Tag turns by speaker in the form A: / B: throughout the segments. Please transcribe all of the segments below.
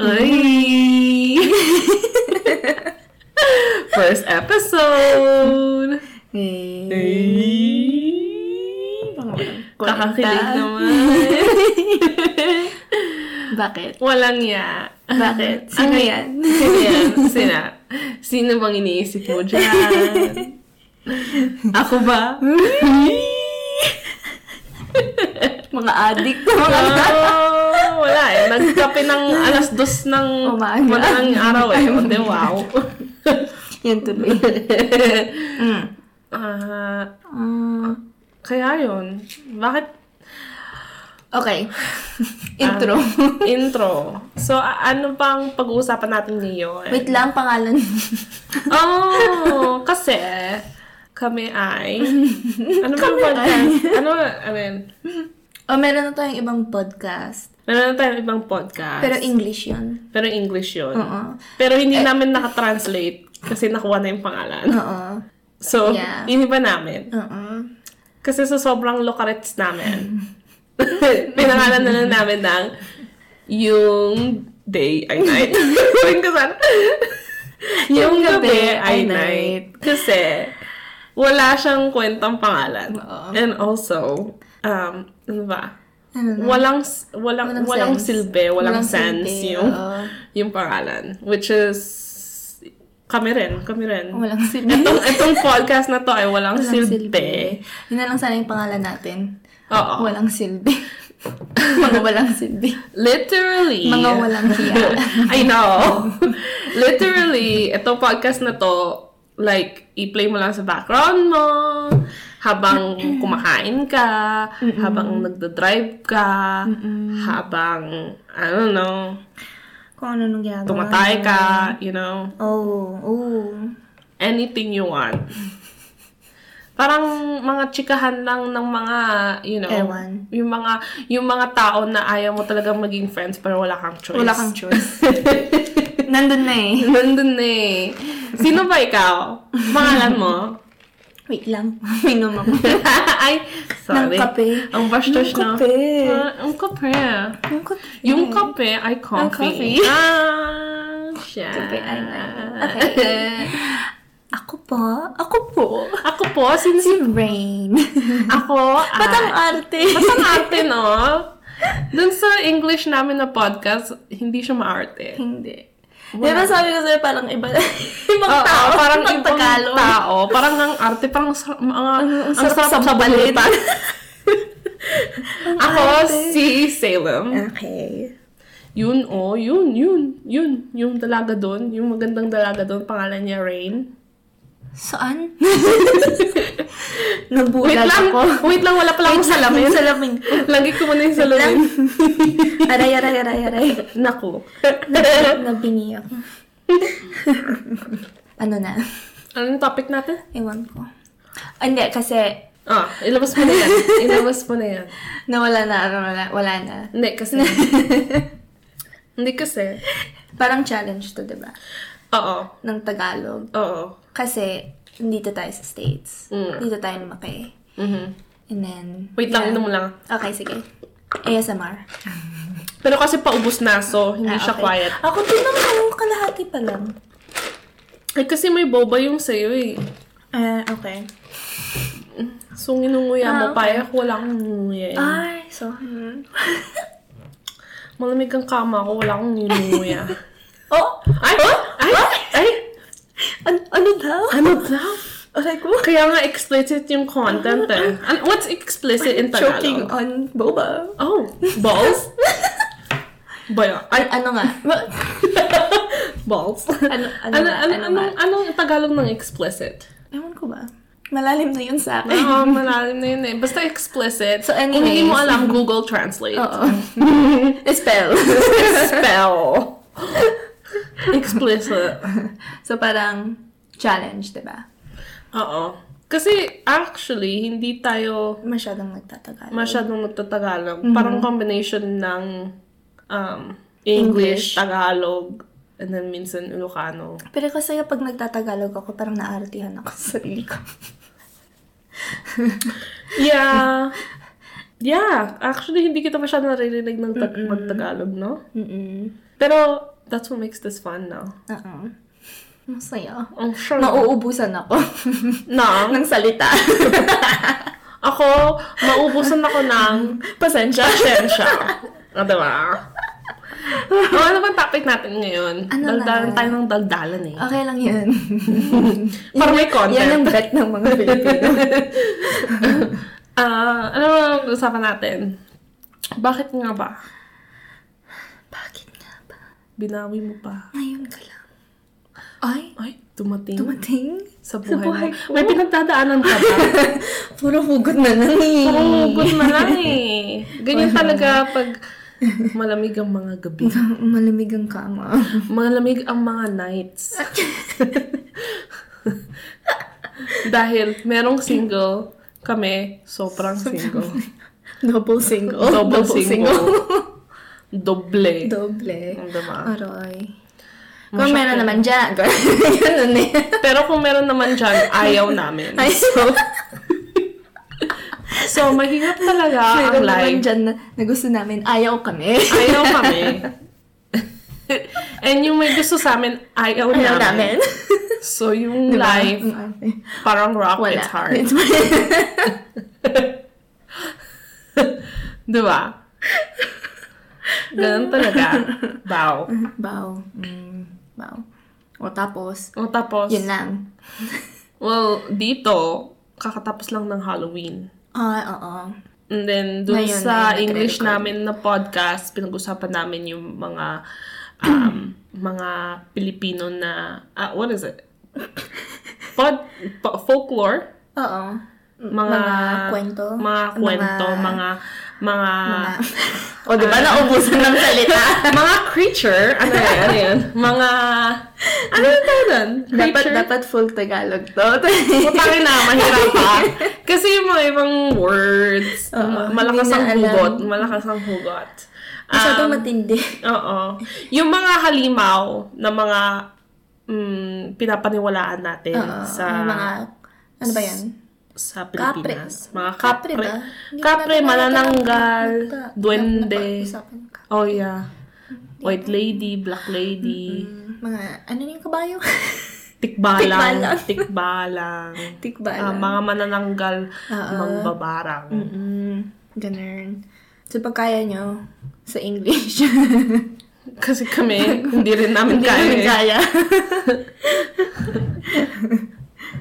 A: Ay! First episode! Kakakilig naman.
B: Bakit?
A: Walang ya.
B: Bakit? Sino
A: Ay,
B: yan?
A: Sino yan? Sina? Sino bang iniisip mo dyan? Ako ba?
B: Mga addict.
A: Oh, wala eh. Nagkape ng alas dos ng
B: Umaga.
A: madalang araw eh. O, di, wow.
B: Yan tuloy. Mm.
A: Ah,
B: Mm.
A: kaya yun. Bakit
B: Okay. Intro.
A: Ah. intro? So, a- ano pang pag-uusapan natin ngayon?
B: Wait lang, pangalan.
A: Oh, kasi kami ay... Ano ba yung podcast? Ano, I mean,
B: o, Oh, meron na tayong ibang podcast.
A: meron na tayong ibang podcast.
B: Pero English yun.
A: pero English yun.
B: Oo. Eh.
A: Pero hindi namin nakatranslate kasi nakuha na yung pangalan.
B: Oo. Uh-uh.
A: So,
B: Yeah.
A: iniba namin.
B: Oo.
A: Kasi sa sobrang lokarets namin, pinangalan na lang namin ng yung day ay night. Sabihin ko sana. yung gabi ay night. Kasi wala siyang kwentang pangalan.
B: Oo.
A: And also, um, ano ba?
B: Ano na?
A: Walang, s- walang, walang,
B: Walang sense.
A: silbi, walang,
B: Walang
A: sense
B: silbi,
A: yung,
B: oo.
A: yung pangalan. Which is, kami rin, kami rin.
B: Walang silbi.
A: Itong, itong podcast na to ay walang, silbi.
B: Yun na lang sana yung pangalan natin.
A: Oo.
B: Walang silbi. Mga walang silbi.
A: Literally.
B: Mga walang hiya.
A: I know. Literally, itong podcast na to, like, i-play mo lang sa background mo, habang kumakain ka, habang nagda-drive ka, habang, I don't know,
B: Kung ano nung ginagawa.
A: tumatay ka, you know,
B: Oh, oh.
A: anything you want. Parang mga chikahan lang ng mga, you know,
B: Ewan.
A: yung mga yung mga tao na ayaw mo talaga maging friends pero wala kang choice.
B: Wala kang choice. Nandun na eh.
A: Nandun na eh. Sino ba ikaw? Pangalan mo?
B: Wait lang. Minom ako.
A: Ay, sorry.
B: Ng kape.
A: Ang bastos
B: Ng
A: na.
B: kape.
A: Ah, ang kape.
B: Yung kape.
A: Yung kape ay coffee.
B: coffee.
A: Ah, siya.
B: Kape ay Okay. Ako po. Ako po.
A: Ako po, since
B: Si Rain.
A: ako ay...
B: Ah. Ba't ang arte?
A: Batang arte, no? Dun sa English namin na podcast, hindi siya maarte.
B: Hindi. Di ba sabi ko sa'yo parang iba ibang
A: Oo,
B: tao?
A: parang
B: ibang
A: ibang tao. Parang ang arte, parang sa, mga, ang,
B: Mm, sarap
A: sarap sa balit. Ako, si Salem.
B: Okay.
A: Yun, oh, yun, yun, yun. Yung dalaga doon, yung magandang dalaga doon, pangalan niya Rain.
B: Saan?
A: Wait
B: Nabulag
A: lang,
B: ako.
A: wait lang, wala pala akong salamin.
B: Salamin.
A: Lagi ko muna yung salamin.
B: Aray, aray, aray, aray.
A: Naku.
B: Nabini ako. ano na?
A: Anong topic natin?
B: Ewan ko. Hindi, kasi
A: Ah, ilabas mo na yan. Ilabas mo na yan.
B: nawala na, ano, wala, wala na.
A: Hindi kasi. Hindi kasi.
B: Parang challenge to, di ba?
A: Oo.
B: Ng Tagalog.
A: Oo.
B: Kasi, dito tayo sa States.
A: Mm.
B: Dito tayo lumaki.
A: Mhm.
B: And then...
A: Wait lang,
B: yeah.
A: inom lang.
B: Okay, sige. ASMR.
A: Pero kasi paubos na, so hindi
B: Ah,
A: siya
B: okay.
A: quiet.
B: Ako din naman, kalahati pa lang.
A: Eh kasi may boba yung sa'yo eh.
B: Ah, okay.
A: So nginunguya mo
B: Ah,
A: pa eh. Ako wala akong nginunguya eh.
B: Ay, so... hmm.
A: Malamig ang kama ko, wala akong nginunguya.
B: oh!
A: ay! Ay! Ay!
B: An- ano daw?
A: Ano daw?
B: Aray ko.
A: Kaya nga explicit yung content eh. An- what's explicit in
B: Choking
A: Tagalog?
B: on boba.
A: Oh, balls? Baya. Ay,
B: Ay, ano nga?
A: balls.
B: Ano, ano,
A: Ano,
B: nga?
A: ano,
B: ano, nga?
A: anong, anong Tagalog ng explicit?
B: Ewan ko ba? Malalim na yun sa akin.
A: Oo, malalim na yun eh. Basta explicit.
B: So,
A: Kung hindi
B: anyways.
A: mo alam, Google Translate.
B: Oo. Spell.
A: Spell. explicit.
B: so, parang challenge, di ba?
A: Oo. Kasi, actually, hindi tayo
B: Masyadong nagtatagal.
A: masyadong nagtatagalog.
B: Mm-hmm.
A: Parang combination ng um, English,
B: English.
A: Tagalog, and then minsan Ilocano.
B: Pero kasi pag nagtatagalog ako, parang naartihan ako sa sarili ko.
A: Yeah. Yeah, actually, hindi kita masyado naririnig ng tag- mag-Tagalog, no?
B: Mm-mm.
A: Pero, that's what makes this fun now.
B: Oo. Masaya.
A: Ang sure.
B: Nauubusan ako
A: na,
B: ng salita.
A: ako, maubusan ako ng
B: Pasensya.
A: pasensya. O, diba? o, ano bang topic natin ngayon?
B: Ano
A: daldalan
B: na?
A: tayo ng daldalan eh.
B: Okay lang yun.
A: Para may content.
B: Yan ang bet ng mga Pilipino.
A: Ah, ano ang usapan natin? Bakit nga ba?
B: Bakit nga ba?
A: Binawi mo pa.
B: Ngayon ka lang. Ay,
A: Ay, dumating
B: dumating.
A: sa buhay,
B: buhay
A: mo. May pinagdadaanan ka ba?
B: Puro hugot na lang eh.
A: Oo, good na lang eh. Ganyan talaga pag malamig ang mga gabi.
B: Malamig ang kama.
A: Malamig ang mga nights. Dahil merong single, kami sobrang single.
B: Double single.
A: Double, single. Doble.
B: Doble.
A: Ang dama.
B: Aray. Kung meron naman dyan. Ganun eh.
A: Pero kung meron naman dyan, ayaw namin.
B: Ay, so,
A: So, mahirap talaga ang
B: meron naman
A: life.
B: dyan na, na gusto namin. Ayaw kami.
A: Ayaw kami. And yung may gusto sa amin, ayaw,
B: Ayaw
A: namin.
B: namin.
A: So, yung
B: Diba?
A: life,
B: Mm,
A: parang rock,
B: Wala.
A: it's hard. diba? Ganun talaga. Bow.
B: Bow. Mm, bow. O tapos,
A: O tapos,
B: yun lang.
A: well, dito, kakatapos lang ng Halloween.
B: Ah, oo.
A: And then, dun
B: Ngayon,
A: sa
B: ngayon nagre-record.
A: English namin na podcast, pinag-usapan namin yung mga um, mga Pilipino na, ah, what is it? Pod, po- folklore?
B: Oo.
A: Mga,
B: kwento.
A: Mga kwento, mga, mga, mga, diba,
B: o, di ba naubusan ng salita?
A: creature, ano yan? Ano yan? mga, ano yung tawag doon?
B: dapat,
A: Creature?
B: dapat full Tagalog to.
A: Putangin na, mahirap pa. Kasi yung mga ibang words,
B: Oo,
A: ma- malakas
B: hindi
A: ang
B: na alam.
A: hugot. Malakas ang hugot.
B: Masyado
A: Um,
B: matindi.
A: Oo. Yung mga halimaw na mga mm, pinapaniwalaan natin
B: Oo.
A: sa
B: yung mga, ano ba yan?
A: sa
B: Kapre.
A: Pilipinas. Mga kapre.
B: Kapre ba? Hindi
A: Kapre,
B: natin
A: manananggal,
B: nakita.
A: duwende.
B: Napag-usapan ka.
A: Oh yeah. White lady, black lady,
B: Mm, Mga, ano yung kabayo?
A: tikbalang, tikbalang. Ah,
B: Tikbalang.
A: mga manananggal,
B: Oo.
A: mangbabarang.
B: Mm, ganun. So, pag kaya nyo, sa English.
A: Kasi kami, hindi rin namin
B: Hindi
A: kaya.
B: namin
A: eh.
B: kaya.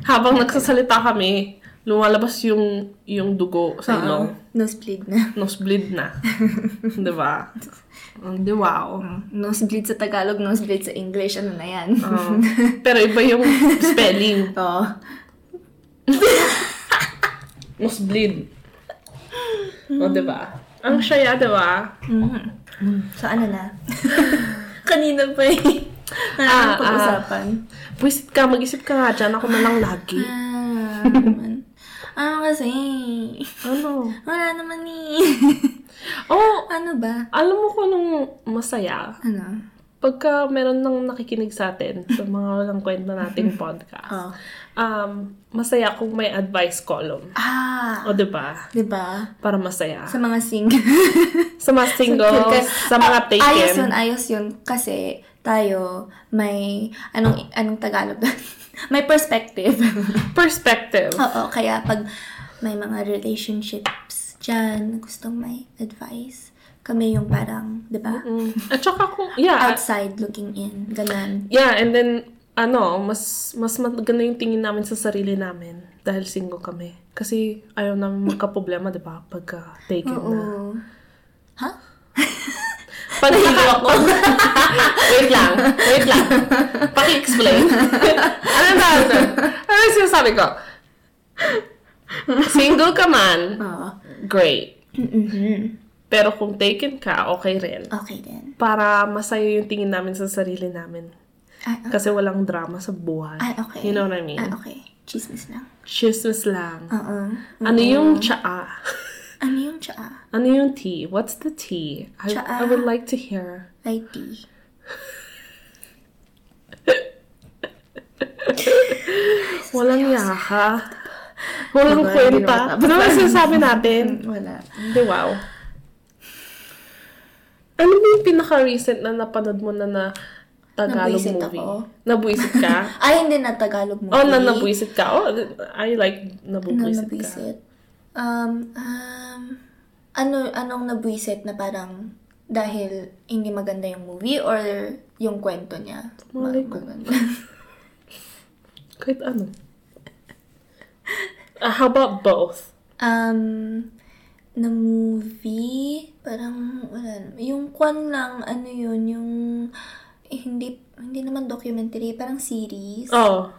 A: Habang nagsasalita kami, lumalabas yung yung dugo sa ilong.
B: Oo. Nosebleed na.
A: Nosebleed na. Di ba? Ang diwao.
B: Nosebleed sa Tagalog, nosebleed sa English. Ano na yan?
A: Oo. Ah, pero iba yung spelling.
B: Oo.
A: Nosebleed. O, di ba? Ang saya, diba? di ba?
B: So, ano na? Kanina pa eh.
A: Ah,
B: Ah, pag-usapan.
A: Pwisit ka, mag-isip ka nga dyan. Ako na lang lagi.
B: Ah, naman. ano kasi?
A: Ano?
B: Wala naman eh.
A: Oh,
B: ano ba?
A: alam mo kung anong masaya?
B: Ano?
A: Pagka meron nang nakikinig sa atin sa mga walang kwento nating podcast,
B: Oh.
A: um, masaya kung may advice column.
B: Ah,
A: O, di ba?
B: diba?
A: Para masaya.
B: Sa mga sing.
A: Sa mga single,
B: Kasi-
A: sa mga
B: Ah,
A: taken.
B: Ayos yun, ayos yun. Kasi tayo may, anong, anong Tagalog? may perspective.
A: Perspective.
B: Oo, kaya pag may mga relationships dyan, gustong may advice, kami yung parang, di ba?
A: Mm. At saka kung, yeah,
B: Outside looking in, ganun.
A: yeah, and then, ano, mas, mas maganda yung tingin namin sa sarili namin dahil single kami. Kasi ayaw namin magka-problema, di ba? Pagka taken na.
B: Oo. Ha?
A: Pag naka- wait lang, wait lang. Paki-explain. ano na, ano? Ano yung sinasabi ko? Single ka man,
B: Oo.
A: great.
B: Mhm.
A: Pero kung taken ka, okay rin.
B: Okay din.
A: Para masaya yung tingin namin sa sarili namin.
B: Ah, ah.
A: Kasi walang drama sa buhay.
B: Ah, okay.
A: You know what I mean?
B: Ah, okay. Ah, Chismis lang.
A: Chismis lang.
B: Oo.
A: Ano yung tsaa?
B: Ano yung tsaa?
A: Ano yung tea? What's the tea? I,
B: Tsaa.
A: I would like to hear.
B: Light tea.
A: Walang yaka. Walang
C: Diba?
A: kwenta.
C: Hindi
A: Ba't naman sinasabi natin?
C: Wala.
A: Hindi, wow. Ano ba yung pinaka-recent na napanood mo na na Tagalog
B: Nabwisit
A: movie?
B: ako.
A: Nabwisit ka?
B: Ay, hindi na Tagalog movie.
A: oh, na nabwisit ka? Oh, I like nabubwisit ka.
B: Nabwisit. Um, um, ano, anong nabwisit na parang dahil hindi maganda yung movie or yung kwento niya? Ma-
A: Malay ko.
B: maganda.
A: Kahit ano. Ah, how about both?
B: um, na movie, parang, wala, yung kwan lang, ano yun, yung, eh, hindi, hindi naman documentary, parang series.
A: Oh,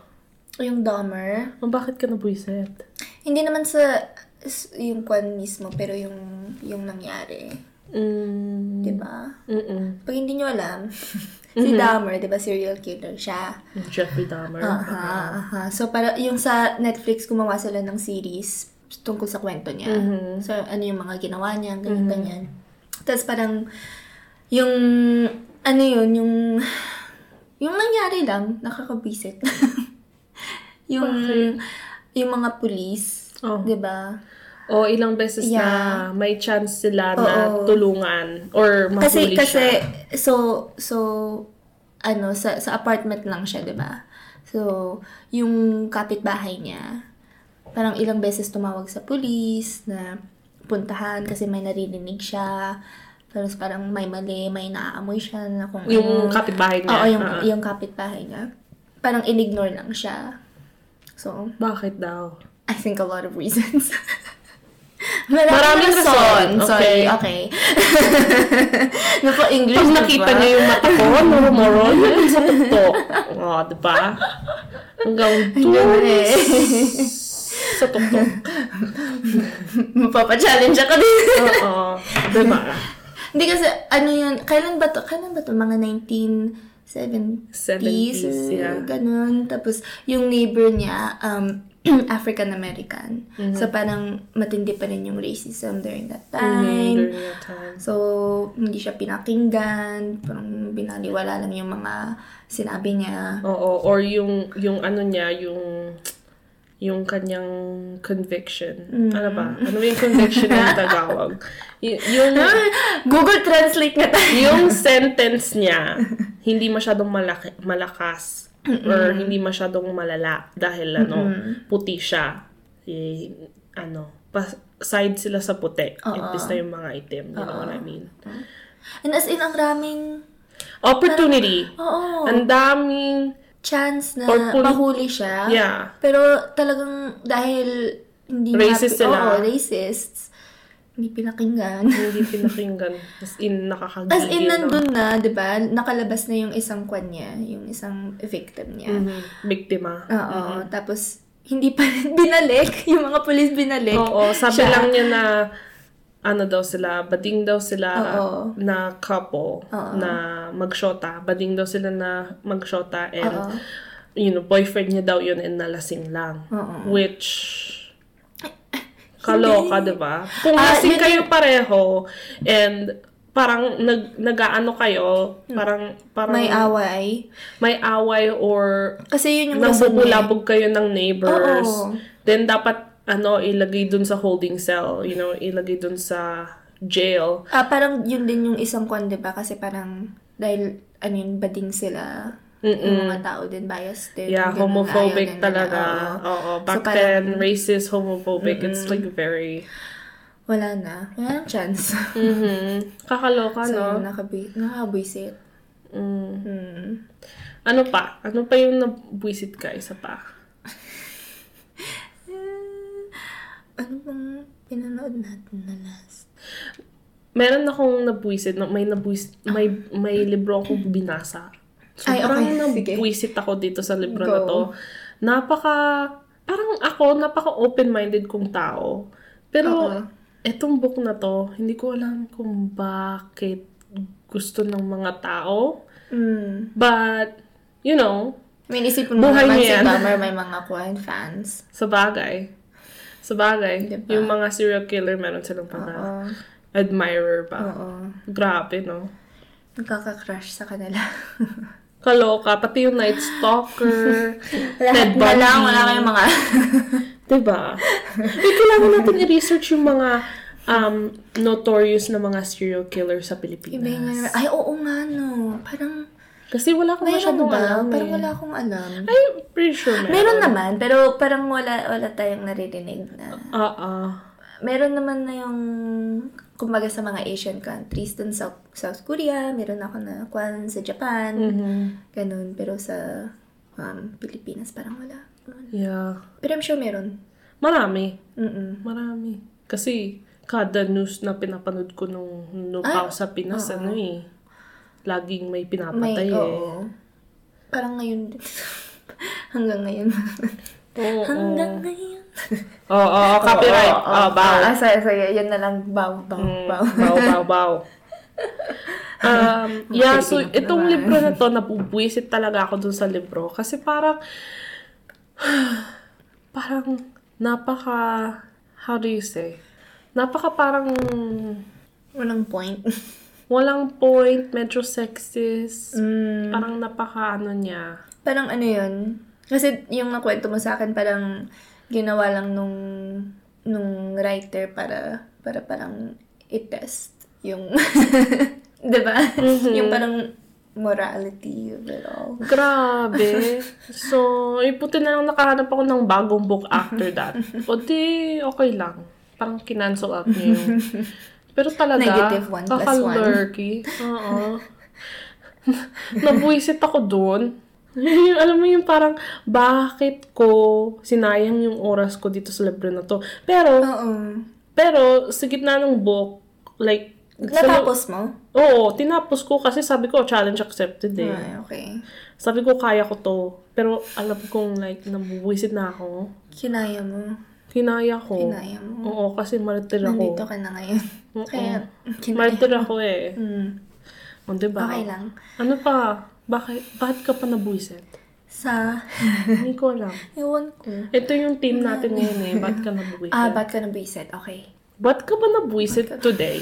B: Yung Dahmer.
A: oh bakit ka nabwisit?
B: Hindi naman sa, s- yung kwan mismo, pero yung, yung nangyari.
A: Mm,
B: di ba?
A: mm-mm.
B: Pag hindi nyo alam, si Dahmer, di ba, serial killer siya.
A: Jeffrey Dahmer.
B: Aha, aha. So, para, yung sa Netflix, gumawa sila ng series tungkol sa kwento niya. So, ano yung mga ginawa niya, ganyan, ganyan. Tapos parang, yung, ano yun, yung, yung nangyari lang, nakakabwisit. yung, yung mga police,
A: Oh.
B: di ba?
A: O ilang beses na
B: Yeah.
A: may chance sila na
B: Oo.
A: tulungan or
B: Kasi
A: mahuli
B: kasi
A: siya.
B: so so ano sa sa apartment lang siya, 'di ba? So, yung kapitbahay niya parang ilang beses tumawag sa pulis na puntahan kasi may naririnig siya. Tapos parang may mali, may naaamoy siya na kung
A: Yung
B: ano.
A: kapitbahay niya.
B: Oo, yung,
A: Ah.
B: yung kapitbahay niya. Parang inignore lang siya. So,
A: Bakit daw?
B: I think a lot of reasons.
A: Maraming rason.
B: Sorry, okay. Napa-English,
A: Pag
B: diba?
A: nakita niya yung mata ko, normal, yun sa tuktok. O, oh, diba? Hanggang
B: Ganun
A: doon
B: eh.
A: sa tuktok.
B: Mapapa-challenge ako din.
A: Oo, diba?
B: Hindi kasi, ano yun, kailan ba to? Kailan ba to? Mga 1970s?
A: 70s,
B: or
A: yeah.
B: Ganun. Tapos, yung neighbor niya, um, African-American.
A: Mm-hmm.
B: So, parang matindi pa rin yung racism during that time.
A: During that time.
B: So, hindi siya pinakinggan. Parang binaliwala lang yung mga sinabi niya.
A: Oo, or yung, yung ano niya, yung yung kanyang conviction. Ano ba? Ano ba yung conviction ng Tagalog? Y- yung,
B: Google Translate nga tayo.
A: yung sentence niya, hindi masyadong malaki, malakas or hindi masyadong malala dahil ano, puti siya. Eh, ano, pa- side sila sa puti. Imbis na yung mga itim. You know what I mean?
B: And as in, ang raming,
A: Opportunity.
B: oo,
A: Ang daming,
B: chance na
A: Or pul-
B: mahuli siya.
A: yeah.
B: Pero talagang dahil hindi
A: Racist
B: napi-
A: sila.
B: Oo, racists. Hindi pinakinggan.
A: Hindi pinakinggan. As in, nakakagigil.
B: As in,
A: no?
B: nandun na, di ba? Nakalabas na yung isang kwan niya, yung isang victim niya.
A: Mhm. Biktima. Mm-hmm.
B: Oo, tapos hindi pa rin binalik. Yung mga police binalik.
A: Oo, sabi
B: siya.
A: lang niya na ano daw sila, bading daw sila
B: Oo.
A: na couple
B: Oo.
A: na magshota. Bading daw sila na magshota and
B: Oo.
A: you know, boyfriend niya daw yun and nalasing lang.
B: Oo.
A: Which kaloka, di ba? Kung
B: Ah,
A: lasing
B: yun-
A: kayo pareho and parang nag nagaano kayo, parang parang
B: Hmm. May away.
A: may away or
B: Kasi yun yung
A: nang
B: rason niya.
A: bubulabog kayo ng neighbors,
B: Oo.
A: then dapat ano ilagay dun sa holding cell, you know, ilagay dun sa jail.
B: Ah, parang yun din yung isang kwan, di ba? Kasi parang, dahil, ano yun, bading sila. Yung mga tao din, biased din.
A: Mm. Yeah,
B: Mm, ganun, ayaw
A: homophobic
B: din
A: talaga.
B: nila, oo.
A: Oo, back
B: So, parang- mm.
A: then racist, homophobic, it's like very
B: Wala na. Wala nang chance.
A: Mhm. Kakaloka,
B: so,
A: no?
B: yun, nakabi- nakabwisit.
A: Mm.
B: Hmm.
A: Ano pa? Ano pa yung nabwisit ka? Isa pa.
B: Ano bang pinanood natin na last?
A: Meron akong nabwisit, na may nabwisit, may, may libro akong binasa.
B: Ay,
A: Sobrang
B: okay. Sige.
A: nabwisit ako dito sa libro na
B: Go.
A: to. Napaka, parang ako, napaka open-minded kong tao. Pero,
B: Oo.
A: etong book na to, hindi ko alam kung bakit gusto ng mga tao.
B: Hmm.
A: But, you know,
B: May isipin mo
A: Buhay
B: naman
A: niya
B: si
A: yan.
B: Dahmer may mga kwan fans.
A: sa bagay. Sa bagay.
B: Diba?
A: Yung mga serial killer, meron silang mga
B: Oo.
A: admirer ba?
B: Oo.
A: Grabe, no?
B: Nagkaka-crush sa kanila.
A: Kaloka. Pati yung Night Stalker.
B: Lahat
A: Ted
B: na lang,
A: Bundy.
B: wala kayong mga...
A: Diba? Eh, kailangan natin i-research yung mga um, notorious na mga serial killer sa Pilipinas.
B: Iba yung ano. Ay, oo nga, no. Parang,
A: Kasi wala akong
B: mayroon
A: masyadong
B: ba?
A: alam eh.
B: ano Parang wala akong alam.
A: Ay, pretty sure meron.
B: Meron naman, pero parang wala, wala tayong naririnig na.
A: Ah, ah.
B: Meron naman na yung, kumbaga sa mga Asian countries, dun sa South Korea, meron ako na kwan sa Japan,
A: Mm-hmm.
B: ganun. Pero sa um, Pilipinas, parang wala.
A: Yeah.
B: Pero I'm sure meron.
A: Marami.
B: Mm-mm.
A: Marami. Kasi, kada news na pinapanood ko nung, nung
B: Ay,
A: ako sa Pinas, ano eh. Laging may
B: ah, May,
A: pinapatay eh. Oo.
B: oo. Parang ngayon din. Hanggang ngayon.
A: Oo.
B: Hanggang ngayon.
A: Oo, oo, copyright.
B: Oo, oo.
A: Ah, baw.
B: Ah, Hmm. sorry, sorry. Yan na lang. Bow, bow,
A: Mm,
B: bow.
A: Baw, baw, baw. Um, yeah, so
B: Pilipino
A: itong
B: naman.
A: libro na to, napubuisit talaga ako dun sa libro. Kasi parang, parang napaka, how do you say? Napaka parang
B: Walang point.
A: walang point, medyo sexist.
B: Mm.
A: Parang napaka ano niya.
B: Parang ano yun? Kasi yung nakwento mo sa akin, parang ginawa lang nung, nung writer para, para parang i-test yung, di ba?
A: Mm-hmm.
B: Yung parang morality of it all.
A: Grabe. so, iputi na lang nakahanap ako ng bagong book after that. O di, okay lang. Parang kinansel out niya yung... Pero talaga,
B: Negative one plus
A: kakalurky. Oo. Nabuisit ako doon. Yung- alam mo yung parang, bakit ko sinayang yung oras ko dito sa libro na to. Pero,
B: Oo.
A: pero, sa gitna ng book, like, sa lo-
B: Natapos mo?
A: Oo, tinapos ko kasi sabi ko, challenge accepted eh.
B: Ay, Ah, okay.
A: Sabi ko, kaya ko to. Pero alam kong like, nabubuisit na ako.
B: Kinaya mo.
A: Kinaya ko.
B: Kinaya mo.
A: Oo, kasi martir
B: Nandito
A: ako.
B: ka na ngayon.
A: Oo.
B: Kaya, kinaya.
A: Martir ako eh.
B: Mm.
A: O, diba?
B: Okay lang.
A: Ano pa? Bakit, bakit ka pa nabuisit?
B: Sa,
A: Hindi ko alam.
B: ewan ko.
A: Ito yung team natin ngayon eh. Ba't ka nabuisit?
B: Ah, ba't ka nabisit? Okay.
A: ba't ka ba nabuisit today?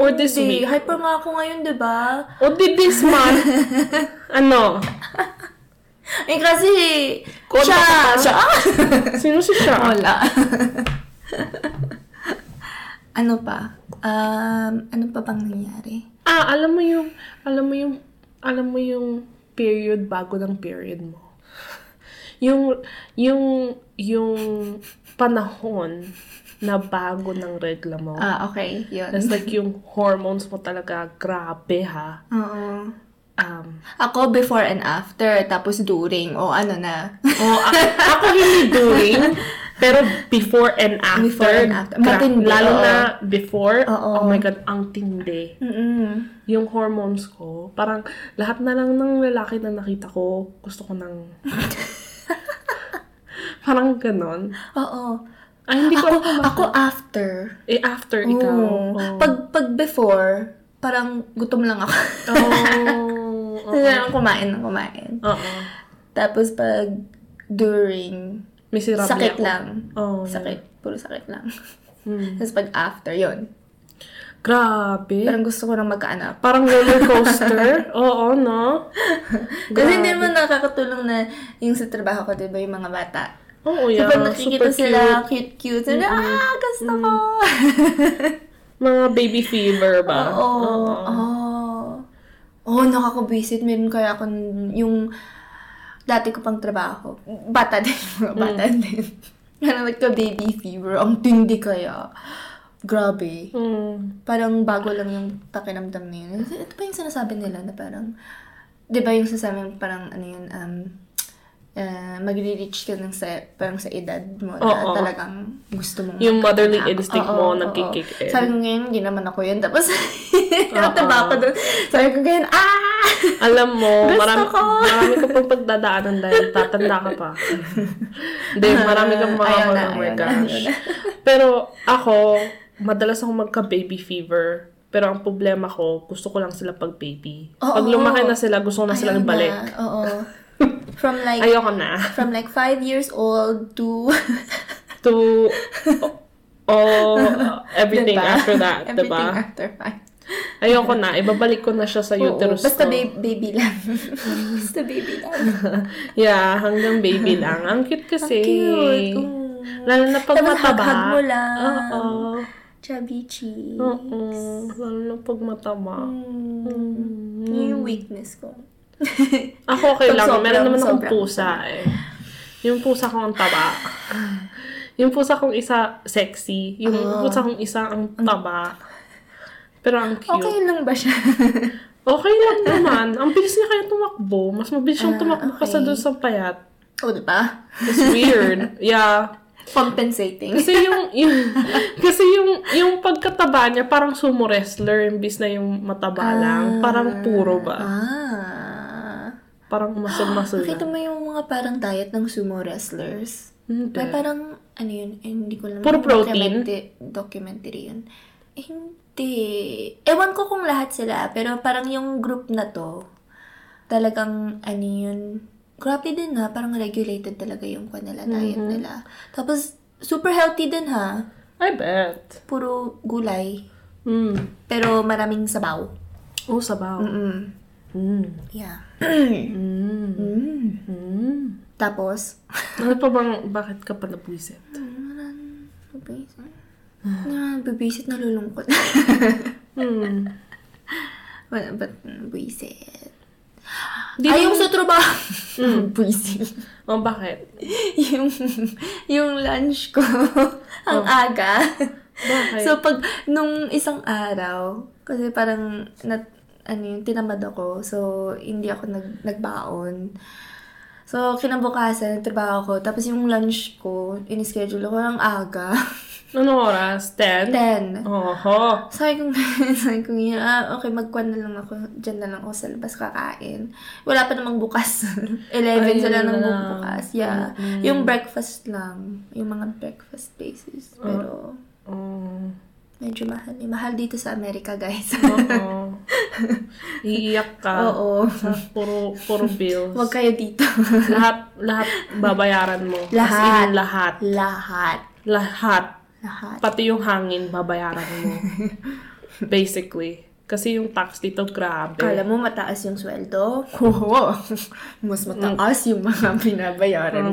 A: Or this
B: Hindi,
A: week?
B: hyper nga ako ngayon, di ba?
A: O di this month? ano?
B: Eh kasi,
A: Konta
B: siya,
A: ka pa?
B: siya, ah!
A: Sino si siya?
B: wala. ano pa? Um, ano pa bang nangyari?
A: Ah, alam mo yung, alam mo yung, alam mo yung period bago ng period mo. Yung, yung, yung panahon na bago ng regla mo.
B: Ah, okay, yun.
A: That's like yung hormones mo talaga, grabe ha.
B: Oo.
A: Um,
B: Ako before and after, tapos during, o ano na.
A: oh, a- ako hindi doing, pero before and after.
B: Before and after.
A: gra-
B: Matindi,
A: lalo
B: oo.
A: na before,
B: Oo.
A: oh my God, ang tindi.
B: Mm-mm.
A: yung hormones ko, parang lahat na lang ng lalaki na nakita ko, gusto ko ng... parang ganon.
B: Oo.
A: Ay, hindi ko
B: Ako,
A: alam kung bakit.
B: ako after.
A: Eh, after ikaw.
B: Oo.
A: Oh.
B: Pag, pag before, parang gutom lang ako.
A: Oh.
B: Kasi lang kumain ng kumain.
A: Oo.
B: Tapos pag during,
A: May sirap Oh,
B: sakit
A: niya ako.
B: lang.
A: Oo.
B: Sakit. Puro sakit lang.
A: Mm.
B: Tapos pag after, yun.
A: Grabe.
B: Parang gusto ko nang magkaanak.
A: Parang roller coaster. Oo, no?
B: Kasi hindi naman nakakatulong na yung sa trabaho ko, di ba, yung mga bata.
A: Oo, yeah.
B: Kapag nakikita
A: Super
B: sila,
A: cute.
B: cute-cute, sila, ah, gusto ko!
A: Mga baby fever ba?
B: Oo. Oo. Oo, nakakabisit. Meron kaya ako n- yung dati ko pang trabaho. Bata din. mga Bata
A: Mm.
B: din. Ano Parang nagka-baby fever. Ang tindi kaya. Grabe.
A: Mm.
B: parang bago lang yung pakiramdam na yun. Ito pa yung sinasabi nila na parang, di ba yung sasabi yung parang ano yun, um, uh, magre-reach ka ng sa, parang sa edad mo na
A: Oo.
B: talagang gusto mong
A: Yung motherly
B: magkaanak.
A: instinct
B: Oo,
A: mo
B: oo,
A: nagki-kick
B: oo.
A: in.
B: Sabi ko ngayon, hindi naman ako yun. Tapos, nataba ako doon. Sabi ko ngayon, ah!
A: Alam mo,
B: Gusto
A: marami,
B: ko.
A: marami ka pang pagdadaanan dahil tatanda ka pa. Hindi, marami kang mga
B: Ayaw
A: oh
B: na,
A: my
B: ayaw na,
A: gosh.
B: ayaw na.
A: Pero ako, madalas akong magka-baby fever. Pero ang problema ko, gusto ko lang sila pag-baby.
B: Oo.
A: Pag lumaki na sila, gusto ko na
B: Ayaw
A: silang balik.
B: na. Oo. From like,
A: Ayoko na.
B: from like five years old to
A: To oh, all everything
B: Diba?
A: after that,
B: Everything
A: diba?
B: after five.
A: Ayoko na. Ibabalik ko na siya sa
B: Oo,
A: uterus
B: basta
A: ko.
B: ba- baby lang. basta baby lang.
A: Yeah, hanggang baby lang. Ang cute kasi.
B: Ang cute. Oo.
A: Lalo na pag
B: Tapos
A: mataba.
B: hug-hug mo lang.
A: Oo.
B: Chubby cheeks.
A: Oo. Lalo na pag mataba.
B: Mm. Yun yung weakness ko.
A: Ako okay
B: Pag
A: lang.
B: sobrang-
A: Meron naman akong
B: sobrang-
A: pusa eh. Yung pusa ko ang taba. Yung pusa kong isa, sexy. Yung
B: Ah.
A: pusa kong isa, ang taba. Pero ang cute.
B: Okay lang ba siya?
A: Okay lang naman. Ang bilis niya kaya tumakbo. Mas mabilis siyang tumakbo kasi
B: Ah, okay.
A: doon sa payat.
B: o, diba?
A: It's weird. Yeah.
B: Compensating.
A: Kasi yung, yung kasi yung yung pagkataba niya parang sumo wrestler imbis na yung mataba lang, parang puro ba?
B: Ah.
A: Parang muscle-muscle
B: Nakita
A: lang.
B: mo yung mga parang diet ng sumo wrestlers?
A: Hindi.
B: May parang, ano yun, eh, hindi ko alam.
A: Puro protein?
B: Documentary, documentary yun. Eh, hindi. Ewan ko kung lahat sila, pero parang yung group na to, talagang, ano yun, grabe din ha, parang regulated talaga yung kwan nila, diet
A: Mm-hmm.
B: nila. Tapos, super healthy din ha,
A: I bet.
B: puro gulay,
A: Mm.
B: pero maraming sabaw.
A: Oh, sabaw.
B: Mm-mm.
A: Mm.
B: Yeah.
A: Mm.
B: Mm.
A: Mm.
B: Tapos,
A: Ano pa bang, bakit ka pa nabuisit?
B: Nabibisit. Nabibisit, nalulungkot.
A: Mm.
B: Wala, ba't nabibisit?
A: Di
B: Ay, yung
A: ba- Mm,
B: mm, sa trabaho. Nabibisit.
A: Oh, bakit?
B: yung, yung lunch ko.
A: Oh.
B: ang aga.
A: Bakit?
B: So, pag, nung isang araw, kasi parang, nat, ano yun, tinamad ako. So, hindi ako nag, nagbaon. So, kinabukasan, nagtrabaho ko. Tapos yung lunch ko, in-schedule ko ng aga.
A: Anong oras? 10?
B: 10.
A: Oho.
B: Sabi ko, sabi ko yun, ah, okay, magkuhan na lang ako. Diyan na lang ako sa labas kakain. Wala pa namang bukas. 11
A: Ay, yun
B: sila nang
A: na lang.
B: bukas. Yeah. Yung breakfast lang. Yung mga breakfast places.
A: Ah.
B: Pero,
A: Oh.
B: medyo mahal. eh. Mahal dito sa Amerika, guys.
A: Ah. Oho. Iiyak ka.
B: Oo.
A: Sa puro, puro bills.
B: Huwag kayo dito.
A: lahat, lahat babayaran mo. As
B: Lahat.
A: in, lahat.
B: Lahat.
A: Lahat.
B: Lahat.
A: Pati yung hangin, babayaran mo. Basically. Kasi yung tax dito, grabe.
B: Kala mo mataas yung sweldo? Oo. Mas mataas yung
A: Mm.
B: mga binabayaran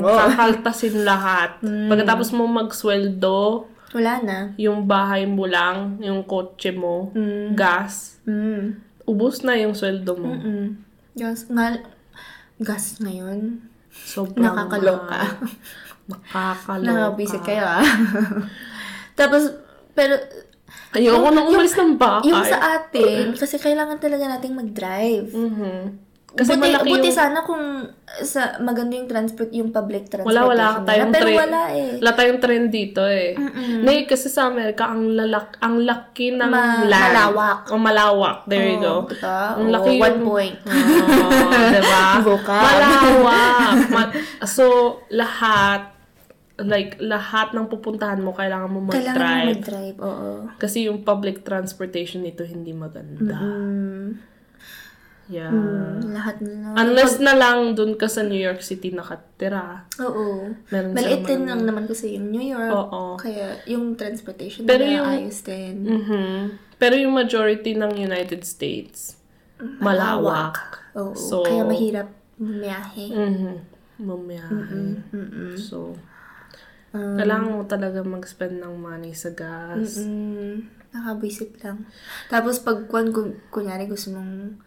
A: Ang
B: mo.
A: Kakaltasin lahat.
B: Hmm.
A: Pagkatapos mo magsweldo,
B: Wala na.
A: yung bahay mo lang, yung kotse mo,
B: Hmm.
A: gas,
B: Mm.
A: ubus na yung sweldo mo.
B: Mm. Gas, mal, gas ngayon.
A: Sobrang
B: Nakakaloka.
A: mahal. Nakakaloka.
B: Nakabwisit kayo ah. Tapos, pero,
A: Ayoko nang umalis ng bahay.
B: yung sa atin, kasi kailangan talaga nating mag-drive.
A: Mhm. Kasi
B: buti,
A: malaki
B: buti
A: yung...
B: sana kung sa maganda yung transport, yung public transport.
A: Wala, wala tayong
B: Pero
A: trend.
B: wala eh.
A: Wala tayong trend dito eh. Nay, kasi sa Amerika, ang, lalak, ang laki ng
B: Ma-
A: land.
B: malawak.
A: O malawak. There you go.
B: Oo, diba?
A: Ang
B: Oo,
A: laki
B: one
A: yung-
B: point.
A: Oo, diba?
B: Vocab.
A: Malawak. Ma- so, lahat, like, lahat ng pupuntahan mo, kailangan mo
B: Kailangan mag-drive.
A: mag-drive.
B: mag-drive, oo.
A: Kasi yung public transportation nito hindi maganda.
B: Mm,
A: Yeah.
B: mm, lahat na lang.
A: Unless na lang dun ka sa New York City nakatira.
B: oo.
A: Meron
B: Maliit
A: silang
B: din lang naman kasi yung New York.
A: Oo.
B: Kaya yung transportation
A: Pero
B: nila
A: yung-
B: ayos din. Mm-hmm.
A: Mhm. Pero yung majority ng United States, malawak.
B: Oo,
A: So-
B: kaya mahirap bumiyahe.
A: Mhm.
B: Mm-hmm,
A: Mamayahe.
B: Mm-mm.
A: So,
B: Um,
A: kailangan mo talaga mag-spend ng money sa gas.
B: Mm, nakabwisit lang. Tapos pag kun, kun- kunyari gusto mong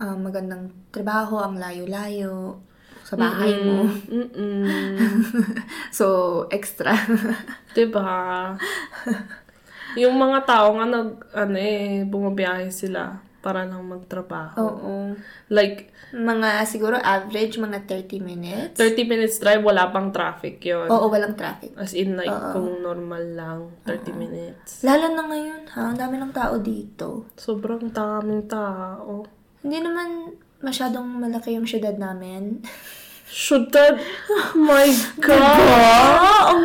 B: ah, magandang trabaho, ang layo-layo, sa bahay mo.
A: Mm-mm.
B: So, extra.
A: diba? Yung mga tao nga nag, ano eh, bumabiyahe sila para lang
B: Oh.
A: magtrabaho.
B: Oo.
A: Like,
B: Mga siguro average, mga 30 minutes.
A: 30 minutes drive, wala pang traffic yon
B: Oo, walang traffic.
A: As in, like, kung normal lang, 30 minutes.
B: Lalo na ngayon, ha? Ang dami ng tao dito.
A: Sobrang daming tao.
B: Hindi naman masyadong malaki yung syudad namin.
A: Syudad. Oh my
B: Diba?
A: God!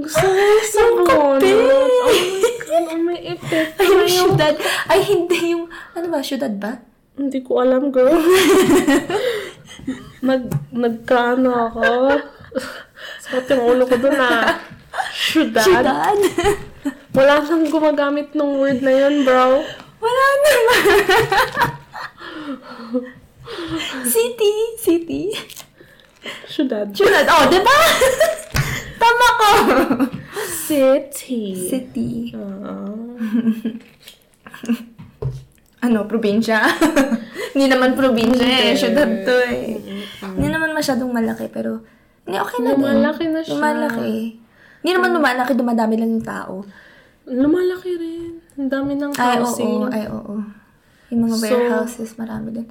A: Gusto ko yung sabon. oh Ang may effect.
B: Ay, yung syudad. Ay, hindi yung... Ano ba? Syudad ba?
A: Hindi ko alam, girl. Nag, nagkaano ako. Sakot yung ulo ko dun ah. Syudad.
B: Syudad?
A: Wala siyang gumagamit ng word na yun, bro.
B: Wala naman. City. City.
A: Syudad.
B: Syudad. Oh, di ba? Tama ko.
A: City.
B: City.
A: Ah.
B: Ano, probinsya? Hindi naman probinsya eh. Syudad to eh. Hindi naman masyadong malaki pero hindi okay na din.
A: Lumalaki na siya.
B: Lumalaki. Hindi naman lumalaki, dumadami lang yung tao.
A: Lumalaki rin. Ang dami ng
B: Ay, oo,
A: housing.
B: ay, oo. Yung mga
A: So-
B: warehouses, marami din.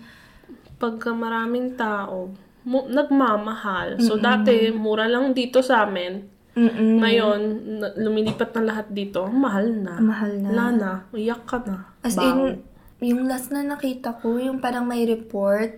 A: Pagka maraming tao, mu- nagmamahal. So, dati, mura lang dito sa amin.
B: Mm-mm.
A: Ngayon, na- lumilipat na lahat dito. Mahal na.
B: Mahal na.
A: Wala na. Iyak ka na.
B: As
A: Bawal.
B: in, yung last na nakita ko, yung parang may report,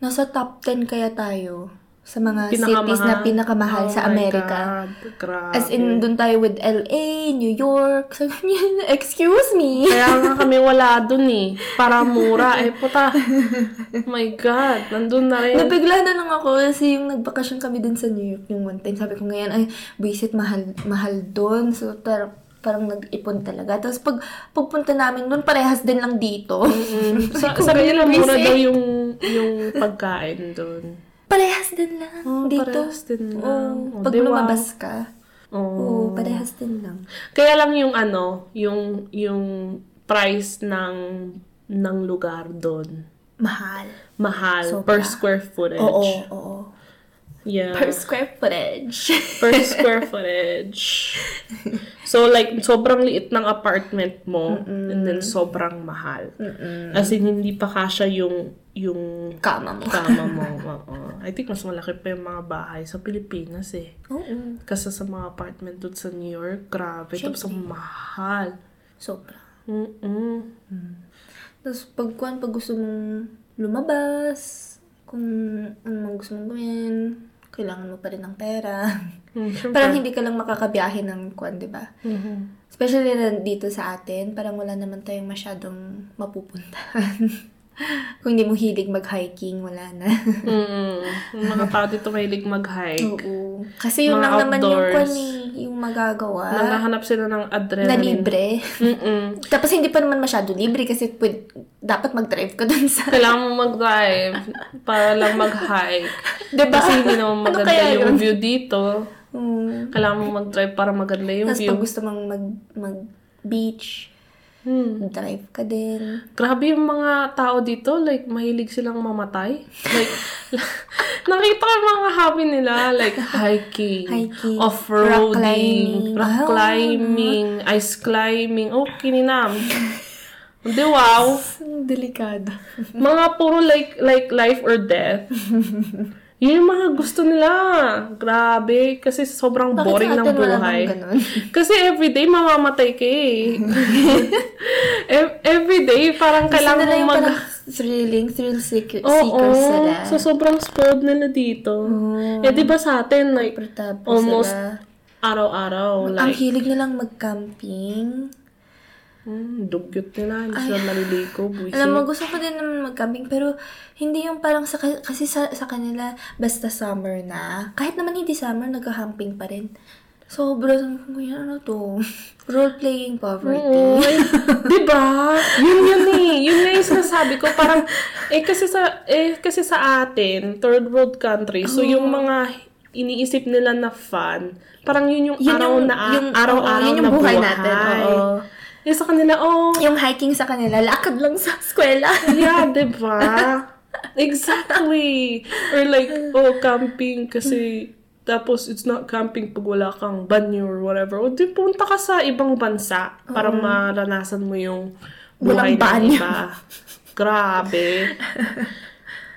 B: nasa top 10 kaya tayo sa mga uh, cities na
A: Pinakamahal.
B: pinakamahal
A: Oh
B: sa
A: my
B: Amerika.
A: God, grabe.
B: As in, dun tayo with LA, New York, sa ganyan. Excuse me.
A: Kaya nga kami wala dun eh. Para mura. Eh, puta. Oh my God. Nandun na rin.
B: Nabigla na lang ako kasi yung nagbakasyon kami dun sa New York yung one time. Sabi ko ngayon, ay, buisit, mahal, mahal dun. So, tar- parang nag-ipon talaga. Tapos pag pupunta namin dun, parehas din lang dito.
A: Mm, sa,
B: Kung
A: sabi nila
B: ganun
A: mura
B: busy.
A: daw yung, yung pagkain dun.
B: Parehas din lang
A: Oh,
B: dito.
A: parehas din lang.
B: Oo.
A: Oh,
B: pag
A: di wow.
B: lumabas ka,
A: Oh.
B: oo, parehas din lang.
A: Kaya lang yung ano, yung, yung price ng, ng lugar dun.
B: Mahal.
A: Mahal.
B: Sobra.
A: Per square footage.
B: Oo, oo.
A: Yeah.
B: Per square footage.
A: per square footage. So like sobrang liit ng apartment mo and then sobrang mahal. As in hindi pa kasya yung yung
B: Kama mo.
A: kama mo. Oo. I think mas malaki pa yung mga bahay sa Pilipinas eh.
B: Oo.
A: Kasi sa mga apartment doon sa New York, grabe. Tapos ang mahal.
B: Sobra.
A: Mm-mm.
B: Tapos pag kuan, pag gusto mong lumabas, kung ano mang gusto mong gawin, kailangan mo pa rin ng pera.
A: Mm, syempre.
B: parang hindi ka lang makakabiyahe ng kuan, di ba?
A: Mhm.
B: Especially na dito sa atin, parang wala naman tayong masyadong mapupuntahan. kung hindi mo hilig mag-hiking, wala na.
A: Mm. Yung mga tao dito mahilig mag-hike.
B: Oo. Kasi yun
A: Mga
B: lang naman yung
A: outdoors.
B: kuan eh, yung magagawa.
A: Naghahanap sila ng
B: na
A: adrenaline.
B: libre.
A: Mm-mm.
B: Tapos hindi pa naman masyado libre kasi pwed- dapat mag-drive ka dun sa
A: Kailangan mo mag-drive para lang mag-hike.
B: Diba?
A: Kasi hindi naman
B: Ano
A: maganda
B: kaya
A: yung
B: yun?
A: view dito.
B: Mm.
A: Kailangan mo mag-drive para maganda yung
B: Tapos
A: view.
B: pag gusto mong mag, mag beach,
A: Hmm.
B: drive ka din.
A: Grabe yung mga tao dito, like, mahilig silang mamatay. Like, nakita ko yung mga hobby nila, like, hiking,
B: Hiking, rock
A: off-roading,
B: climbing.
A: rock
B: Ah.
A: climbing, ice climbing. Oh, kininam. Hindi, wow.
B: Delikado.
A: Mga puro like like life or death. Yun yung mga gusto nila. Grabe. Kasi sobrang
B: Bakit
A: boring ng
B: sa atin wala
A: buhay.
B: namang ganun?
A: Kasi everyday mamamatay ka eh. Ev- everyday parang kailangan
B: nila
A: mo
B: yung
A: mag...
B: parang thrilling, thrill seeker,
A: Oo.
B: seekers sila.
A: So sobrang spoiled nila dito. Eh di ba sa atin like
B: Tapos
A: almost
B: sila.
A: araw-araw
B: Ang
A: like
B: hilig nilang mag-camping.
A: hmm, dugyot nila. Hindi sila maliligo. Buwisi.
B: Alam mo, gusto ko din naman mag-camping, pero hindi yung parang sa, ka- kasi sa, sa kanila, basta summer na. Kahit naman hindi summer, nagka-camping pa rin. Sobrang, kuya, ano to? Role-playing poverty.
A: Uy, di ba? Yun yun eh. Yun nga yung sinasabi ko. Parang, eh kasi sa, eh, kasi sa atin, third world country, so yung mga iniisip nila na fun, parang yun yung
B: Yun
A: araw
B: yung-
A: na,
B: yung-
A: araw-araw
B: oo, yun yung
A: na
B: buhay natin, oo.
A: Yung sa kanila, oh,
B: Yung hiking sa kanila, lakad lang sa eskwela.
A: yeah, di ba? Exactly. Or like, oh, camping kasi tapos it's not camping pag wala kang banyo or whatever. O di punta ka sa ibang bansa para maranasan mo yung buhay ng
B: Walang banyo.
A: iba. Grabe.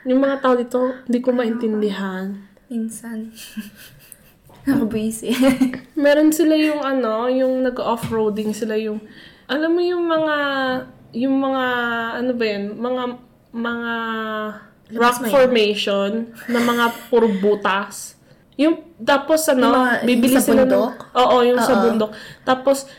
A: yung mga tao dito, hindi ko maintindihan.
B: Minsan. Nakabwisi.
A: Meron sila yung ano, yung nag-off-roading sila yung, alam mo yung mga, yung mga, ano ba yun, mga, mga rock
B: mo yun.
A: formation na mga puro butas. Yung, tapos ano,
B: Yung mga-
A: bibili
B: yung sa
A: sila ng-
B: bundok?
A: oo, yung sa
B: Oo.
A: bundok. Tapos,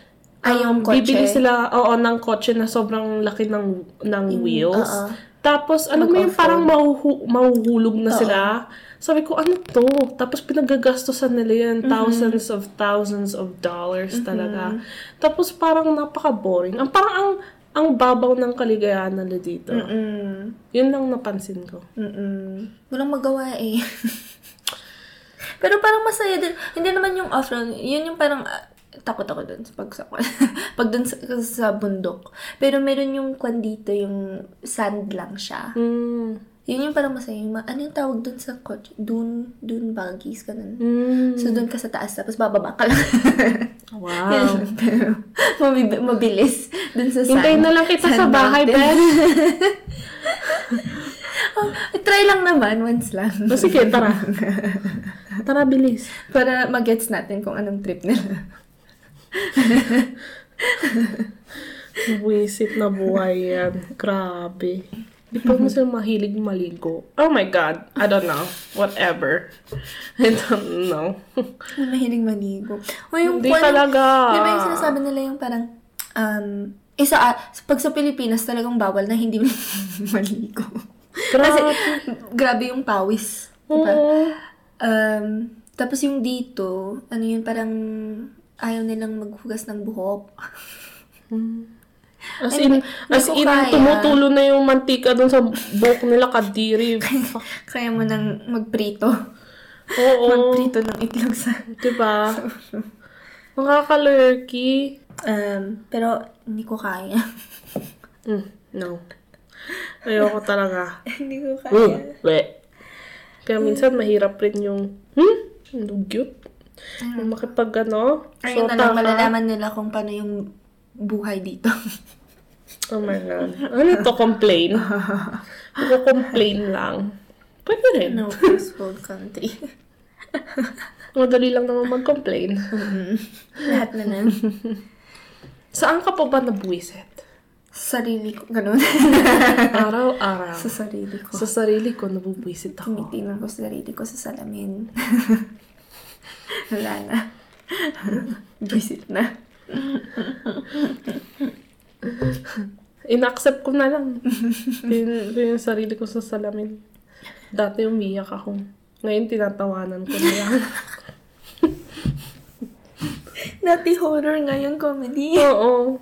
B: Ay,
A: ang
B: yung kotse?
A: Bibili sila, oo, ng kotse na sobrang laki ng, ng wheels.
B: Mm, oo.
A: Tapos, alam mo yung parang mahuhu- mahuhulog na sila. Sabi ko, ano to? Tapos pinagagastosan nila yan. Thousands of thousands of dollars talaga. Tapos parang napaka-boring. Ang parang ang ang babaw ng kaligayahan nila dito.
B: Mm-mm.
A: Yun lang napansin ko.
B: Mm-mm. Walang magawa eh. Pero parang masaya din. Hindi naman yung off-road. Yun yung parang ah, takot ako dun sa pag sa, pag dun sa, sa bundok. Pero meron yung kwan dito, yung sand lang siya.
A: Mm.
B: Yun yung parang masaya. Yung, ma- ano yung tawag dun sa coach? Dune, dune buggies, ganun.
A: Mm.
B: So dun ka sa taas, tapos bababa ka lang.
A: Wow.
B: Pero mabib- mabilis dun sa sand.
A: Hintayin na lang kita sa
B: Sand
A: bahay,
B: mountain.
A: Ben.
B: Oh, try lang naman, once lang.
A: O sige, tara. Tara, bilis.
B: Para magets natin kung anong trip nila.
A: Wisit na buhay yan. Grabe. Di pa mo sila mahilig maligo. Oh my God. I don't know. Whatever. I don't know.
B: May mahilig manigo. O yung
A: Hindi
B: kung ano-
A: talaga.
B: Di ba yung sinasabi nila yung parang, um, isa, ah, pag sa Pilipinas talagang bawal na hindi maligo. Kasi,
A: Grabe.
B: diba? grabe yung pawis. Di ba?
A: Oo.
B: Um, tapos yung dito, ano yun, parang ayaw nilang maghugas ng buhok.
A: As
B: Ay,
A: in,
B: hindi- hindi
A: as
B: ko
A: in,
B: kaya.
A: tumutulo na yung mantika doon sa buhok nila, kadiri. Fuck.
B: Kaya mo nang magprito.
A: Oo.
B: Magprito ng itlog sa...
A: Diba? Nakakalurky.
B: Um, pero hindi ko kaya.
A: Mm, no. Ayoko talaga.
B: hindi ko kaya.
A: Mm, we. Kaya minsan mahirap rin yung, hmm? Ang cute. Yung makipag ano,
B: Hmm. Ayun na
A: sota
B: lang,
A: ka.
B: malalaman nila kung paano yung buhay dito.
A: Oh my God. Ano to, complain? Nako-complain lang. Pwede rin.
B: no peaceful country.
A: Madali lang naman mag-complain.
B: Mm-hmm. Lahat na lang.
A: Saan ka pa ba nabuwisit?
B: sarili ko, ganun.
A: Araw-araw.
B: sa sarili ko. Hmm.
A: Sa sarili ko, nabubuisit ako.
B: Tumitingnan ko sa sarili ko sa salamin. Wala na. Visit na.
A: Inaccept ko na lang. yun, yun yung sarili ko sa salamin. Dati umiyak ako. Ngayon tinatawanan ko na lang.
B: Dati horror, ngayon comedy.
A: Oo.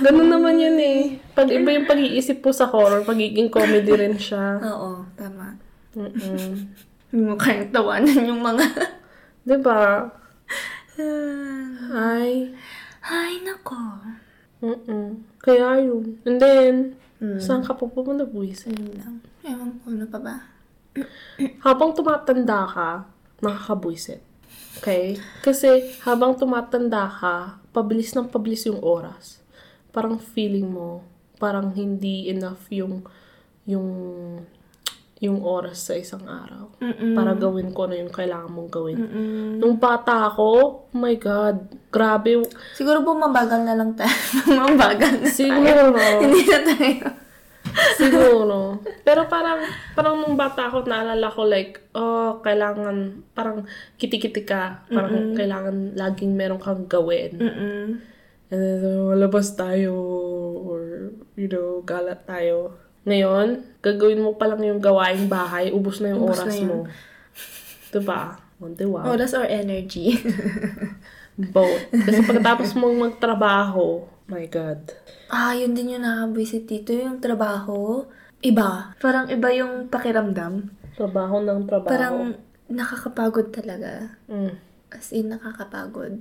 A: Ganun naman yun eh. Pag iba yung pag-iisip po sa horror, pagiging comedy rin siya.
B: Oo, tama.
A: Mm-mm.
B: Hindi mo kayang tawanan yung mga...
A: Diba? Ay.
B: Ay, nako.
A: Mm-mm. Kaya yun. And then, saan ka pa pumunta buwis?
B: Ayun lang. Ewan ko, ano pa ba?
A: Habang tumatanda ka, nakakabuisit. Okay? Kasi habang tumatanda ka, pabilis ng pabilis yung oras. Parang feeling mo, parang hindi enough yung yung yung oras sa isang araw.
B: Mm-mm.
A: Para gawin ko na yung kailangan mong gawin.
B: Mm-mm.
A: Nung bata ako, oh my God, grabe.
B: Siguro bumabagal na lang tayo. bumabagal na tayo.
A: Siguro.
B: Hindi na tayo.
A: Siguro. Pero parang, parang nung bata ako, naalala ko like, oh, kailangan, parang kitikiti ka. Parang kailangan laging meron kang gawin.
B: Mm-mm.
A: And then, oh, labas tayo or, you know, galat tayo. Ngayon, gagawin mo pa lang yung gawaing bahay, ubus na yung
B: Ubus
A: oras
B: na yun.
A: mo. Diba? Oh, diba?
B: Oras or energy.
A: Both. Kasi pagkatapos mong magtrabaho, my God.
B: ah, yun din yung nakabwisit dito. Yung trabaho, iba. Parang iba yung pakiramdam.
A: Trabaho ng trabaho.
B: Parang nakakapagod talaga.
A: Mm.
B: As in, nakakapagod.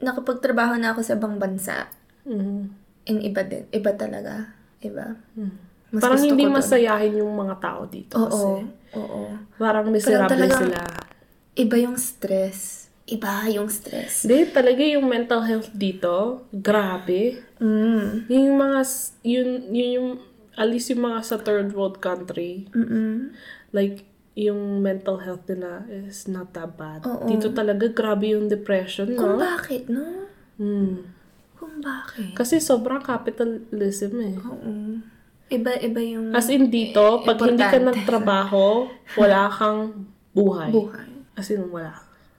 B: Nakapagtrabaho na ako sa ibang bansa.
A: Mhm.
B: And iba din. Iba talaga. Iba.
A: Mm.
B: Mas
A: parang
B: gusto
A: hindi
B: ko dun.
A: masayahin yung mga tao dito. kasi
B: Oo. Oo.
A: Parang miserable
B: Parang talagang-
A: sila.
B: Iba yung stress. Iba yung stress.
A: Hindi, talaga yung mental health dito, grabe.
B: Mm.
A: Yung mga, s- yun, yun yung, at least yung mga sa third world country,
B: Mm-mm.
A: like, yung mental health nila is not that bad.
B: Oo.
A: Dito talaga, grabe yung depression, no?
B: Kung bakit, no?
A: Mm.
B: Kung bakit?
A: Kasi sobrang capitalism eh.
B: Hmm. Oo. Iba-iba yung
A: As in dito, pag hindi ka
B: Eh, Importante.
A: nagtrabaho, wala kang buhay.
B: buhay.
A: As in, wala.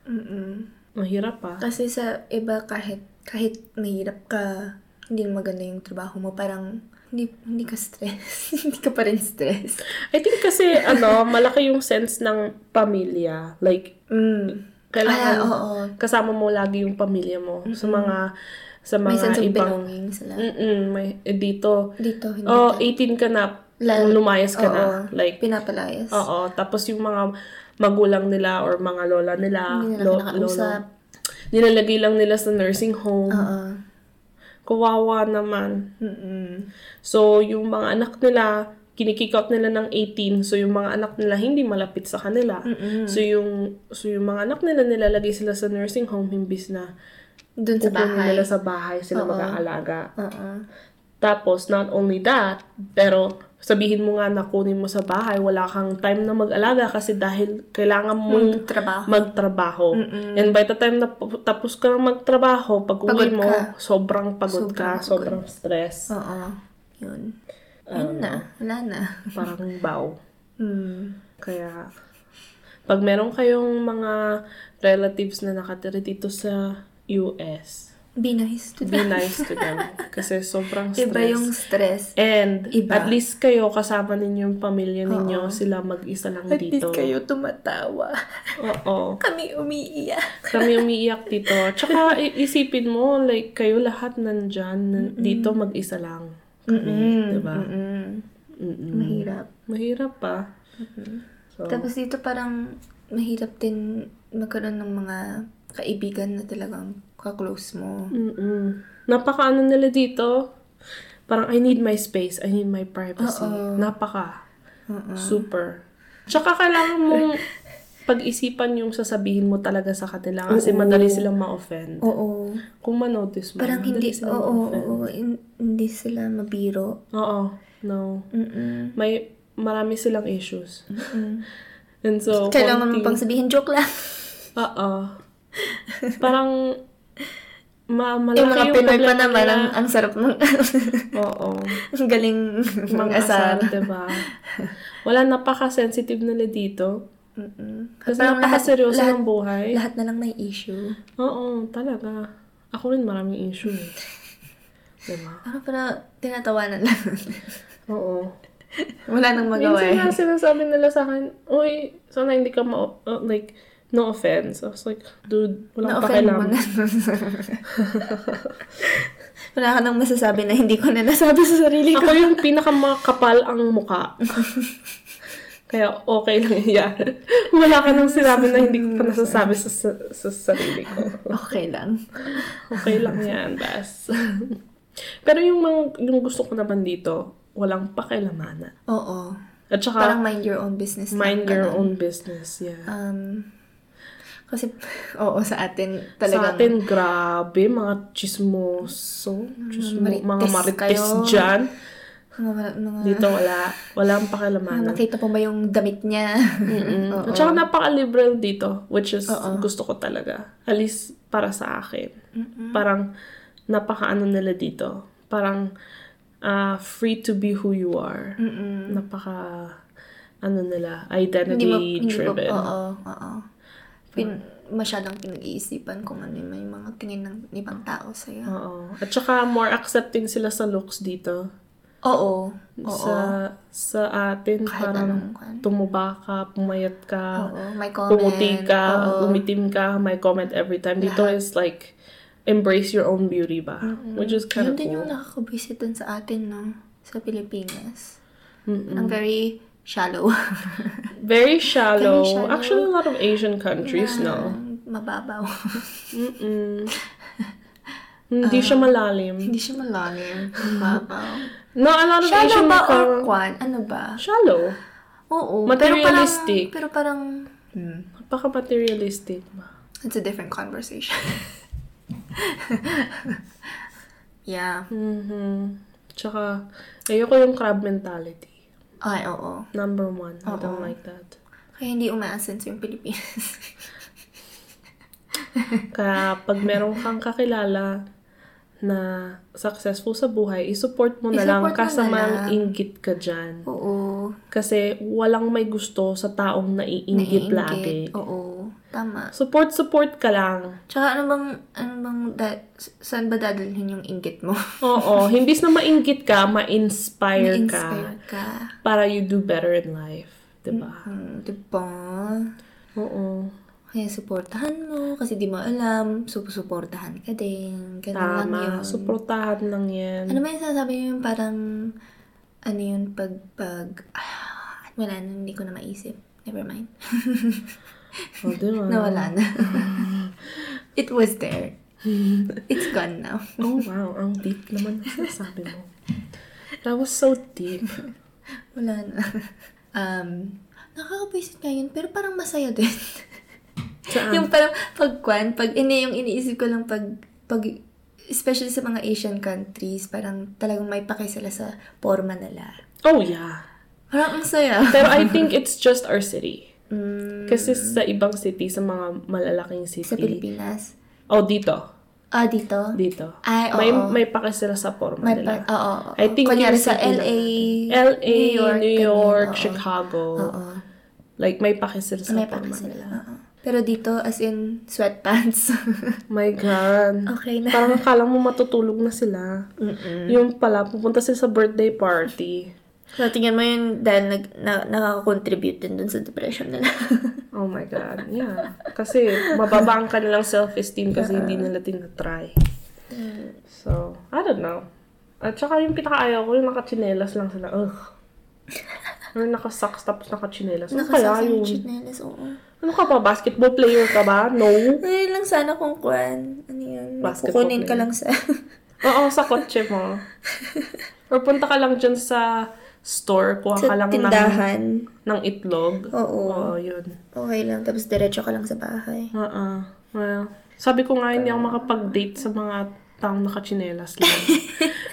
B: Mm-mm.
A: Mahirap ah. pa.
B: Kasi sa iba, kahit, kahit mahirap ka, hindi maganda yung trabaho mo, parang hindi, hindi ka stress. hindi ka pa rin stress.
A: I think kasi, ano, malaki yung sense ng pamilya. Like,
B: Mm.
A: kailangan
B: Ah, oo.
A: kasama mo lagi yung pamilya mo. Sa mga sa
B: May
A: mga
B: sense of
A: ibang...
B: belonging sila.
A: Mm-mm, may, eh, dito.
B: Dito, hindi.
A: Oh, 18 ka na.
B: Lal-
A: lumayas ka na.
B: Oo.
A: Like,
B: Pinapalayas.
A: Oo, tapos yung mga magulang nila or mga lola nila,
B: Hindi nila kinakausap.
A: nilalagay lang nila sa nursing home.
B: Oo.
A: Kawawa naman.
B: Mm-mm.
A: So, yung mga anak nila, kinikick out nila ng 18. So, yung mga anak nila hindi malapit sa kanila.
B: Mm.
A: So, yung so yung mga anak nila nilalagay sila sa nursing home imbis na
B: Doon sa
A: pupunin
B: bahay.
A: nila sa bahay sila
B: Oo.
A: mag-aalaga.
B: Oo.
A: Tapos, not only that, pero sabihin mo nga na kunin mo sa bahay, wala kang time na mag-alaga kasi dahil kailangan mong
B: Yung trabaho.
A: magtrabaho. And by the time na pu- tapos ka ng magtrabaho, pag uwi
B: Pagod
A: mo,
B: ka.
A: sobrang pagod
B: Sobrang
A: ka,
B: pagod.
A: sobrang stress. Um,
B: Oo. Yun. Yun na. Wala na.
A: Parang baw.
B: Mm.
A: Kaya, pag meron kayong mga relatives na nakatira dito sa US,
B: Be nice to
A: be
B: them.
A: nice to them. Kasi sobrang stress.
B: Iba yung stress.
A: And,
B: Iba.
A: at least kayo, kasama ninyo yung pamilya ninyo, sila mag-isa lang
B: At
A: dito.
B: least kayo tumatawa.
A: Oo.
B: Kami umiiyak.
A: Kami umiiyak dito. Tsaka i- isipin mo, like, kayo lahat nandyan, nan- dito mag-isa lang.
B: Mm-mm.
A: diba?
B: Mm-mm.
A: Mm-mm.
B: Mahirap. oh.
A: Mahirap pa. So,
B: Tapos dito parang mahirap din magkaroon ng mga kaibigan na talagang kaklose mo.
A: mm-mm. Napaka ano nila dito, parang I need my space, I need my privacy.
B: Oo.
A: Napaka.
B: Oo.
A: Super. Tsaka kailangan mong pag-isipan yung sasabihin mo talaga sa kanila kasi
B: Oo.
A: madali silang ma-offend.
B: Oo.
A: Kung ma-notice mo,
B: Parang
A: madali
B: hindi, oo,
A: silang
B: oo,
A: ma-offend.
B: oo, hin- hindi sila mabiro.
A: Oo. No.
B: Mm-mm.
A: May marami silang issues. And so,
B: Kailangan mo
A: konting-
B: pang sabihin, joke lang.
A: Oo. Parang, ma malaki
B: yung mga Pinoy pa
A: problema
B: naman, ah.
A: nila.
B: ang, ang sarap ng,
A: Oo.
B: ang galing
A: Mga asar,
B: mag-asar.
A: diba? Wala, napaka-sensitive nila dito.
B: Mm-mm.
A: Kasi
B: Mm. Parang
A: napaka-seryoso
B: lahat,
A: ng buhay.
B: lahat na lang may issue.
A: Oo, talaga. Ako rin maraming issue. eh. diba?
B: Parang para tinatawanan lang.
A: Oo.
B: Wala nang magawa
A: Minsan nga
B: eh.
A: sinasabi nila sa akin, Uy, sana hindi ka ma- uh, like, no offense. I was like, dude, walang
B: Na-offend mo
A: pakialam.
B: na. Wala ka nang masasabi na hindi ko na nasabi sa sarili ko.
A: Ako yung pinakamakapal ang muka. Kaya okay lang yan. Wala ka nang sinabi na hindi ko pa nasasabi sa, sa, sa sarili ko.
B: Okay lang.
A: Okay lang yan, bas. Pero yung mga, yung gusto ko naman dito, walang pakialamanan.
B: Oo.
A: At saka,
B: Parang mind your own business. lang,
A: mind your
B: ganun.
A: own business. Yeah.
B: Um, kasi, oo, sa atin
A: Sa
B: talagang...
A: atin, grabe, mga chismoso. Chismo,
B: Hmm, marites
A: mga marites
B: kayo. Ah.
A: dyan.
B: Mga, wala- mga,
A: Dito wala. Walang
B: mga
A: pakialamanan.
B: Ah, nakita po ba yung damit niya?
A: Mm.
B: Oo.
A: At saka napaka-liberal dito, which is
B: Oo.
A: gusto ko talaga. At least para sa akin. Parang napaka-ano nila dito. Parang ah, free to be who you are.
B: Mm-mm.
A: Napaka ano nila,
B: Mm. Hindi mo,
A: identity
B: hindi mo,
A: driven.
B: oo, oo. Pin, masyadong pinag-iisipan kung ano yung may mga tingin ng ibang tao sa'yo.
A: Oo. At saka more accepting sila sa looks dito.
B: Oo, oo.
A: Sa sa atin
B: Kahit
A: parang
B: anong kan.
A: tumuba ka, pumayat ka.
B: Oo, may comment.
A: pumuti ka,
B: Oo.
A: umitim ka, may comment every time. Dito is like, embrace your own beauty ba? Which is kind of
B: Yun din
A: cool.
B: yung nakakabisit dun sa atin, no? Sa Pilipinas.
A: Mm-mm.
B: Ang very shallow.
A: Very shallow.
B: Very shallow.
A: Actually, a lot of Asian countries, no?
B: Ang Mababaw.
A: Mm-mm. Hindi siya
B: Uh-huh.
A: malalim. Ano
B: Hindi siya malalim. Mababaw.
A: No, a lot of
B: shallow
A: Asian
B: ba or
A: countries.
B: kwan? Ano ba?
A: Shallow.
B: Oo.
A: Materialistic.
B: Pero parang, pero parang hmm,
A: Napaka-materialistic ba?
B: it's a different conversation. yeah.
A: Mm-hmm. Tsaka, ayoko yung crab mentality.
B: Ay, oo.
A: Number one. I don't
B: Oo.
A: like that.
B: Kaya hindi umaasenso yung Pilipinas.
A: Kaya pag meron kang kakilala na successful sa buhay, isupport mo na lang
B: I-support mo na
A: kasamang
B: lang.
A: inggit ka dyan.
B: oo.
A: Kasi walang may gusto sa taong naiinggit
B: Naiinggit.
A: lagi.
B: Oo. Tama.
A: Support, support ka lang.
B: Tsaka ano bang, ano bang, da- saan ba dadalhin yung inggit mo?
A: Oo, himbis na mainggit ka, ma-inspire ka
B: Inspire ka.
A: para you do better in life. Diba?
B: Hmm, diba?
A: Oo.
B: Kaya supportahan mo kasi di mo alam. So, suportahan ka din. Ganun lang yun.
A: Tama. Suportahan lang yan.
B: Ano ba yung sinasabi niyo yung parang, ano yun, pag, pag, ah, wala na, hindi ko na maisip. Never mind.
A: O, Oh, di ba?
B: Nawala na. It was there. It's gone now.
A: Oh, wow. Ang deep naman ang sinasabi mo. That was so deep.
B: Wala na. Um, nakakapwisit nga yun, pero parang masaya din.
A: Saan?
B: yung parang pagkwan, pag ini yung iniisip ko lang pag, pag, especially sa mga Asian countries, parang talagang may pake sila sa forma nila.
A: Oh, yeah.
B: Parang ang saya.
A: Pero I think it's just our city.
B: Mm,
A: Kasi sa ibang city, sa mga malalaking city.
B: sa Pilipinas.
A: Oh, dito.
B: Ah, dito?
A: Dito.
B: Ay, oo.
A: may, may pake sila sa forma
B: May
A: nila.
B: pa- oh, oo, oo.
A: I think
B: Kunyari
A: yung
B: sa
A: city
B: LA,
A: LA, New York,
B: ganun, oo.
A: Chicago.
B: Oo.
A: Like, may pake sila sa
B: May
A: forma
B: pake sila.
A: nila.
B: oo. Pero dito, as in, sweatpants.
A: My God.
B: okay na.
A: Parang akala mo matutulog na sila.
B: Mm-mm.
A: Yung pala, pupunta sila sa birthday party.
B: So, tingnan mo yun dahil nag, na, nakaka-contribute din dun sa depression nila.
A: Oh my God. Yeah. Kasi mababa ang kanilang self-esteem kasi hindi nila tinatry.
B: Mm.
A: So, I don't know. At saka yung pinakaayaw ko, yung nakachinelas lang sila. Ugh. Or nakasocks tapos nakachinelas. Ano kaya
B: Nakasasang
A: yun?
B: chinelas, oo.
A: Ano ka ba? Basketball player ka ba? No.
B: Ay, eh, lang sana kung kuan. Ano yun?
A: Basketball
B: Kukunin ka
A: player.
B: lang sa...
A: Oo, sa kotse mo. Or punta ka lang dyan sa store, kuha
B: sa
A: ka lang ng,
B: tindahan.
A: ng itlog.
B: Oo.
A: Oo, yun.
B: Okay lang. Tapos diretso ka lang sa bahay.
A: Oo. Well, sabi ko nga hindi ako makapag-date sa mga taong nakachinelas lang.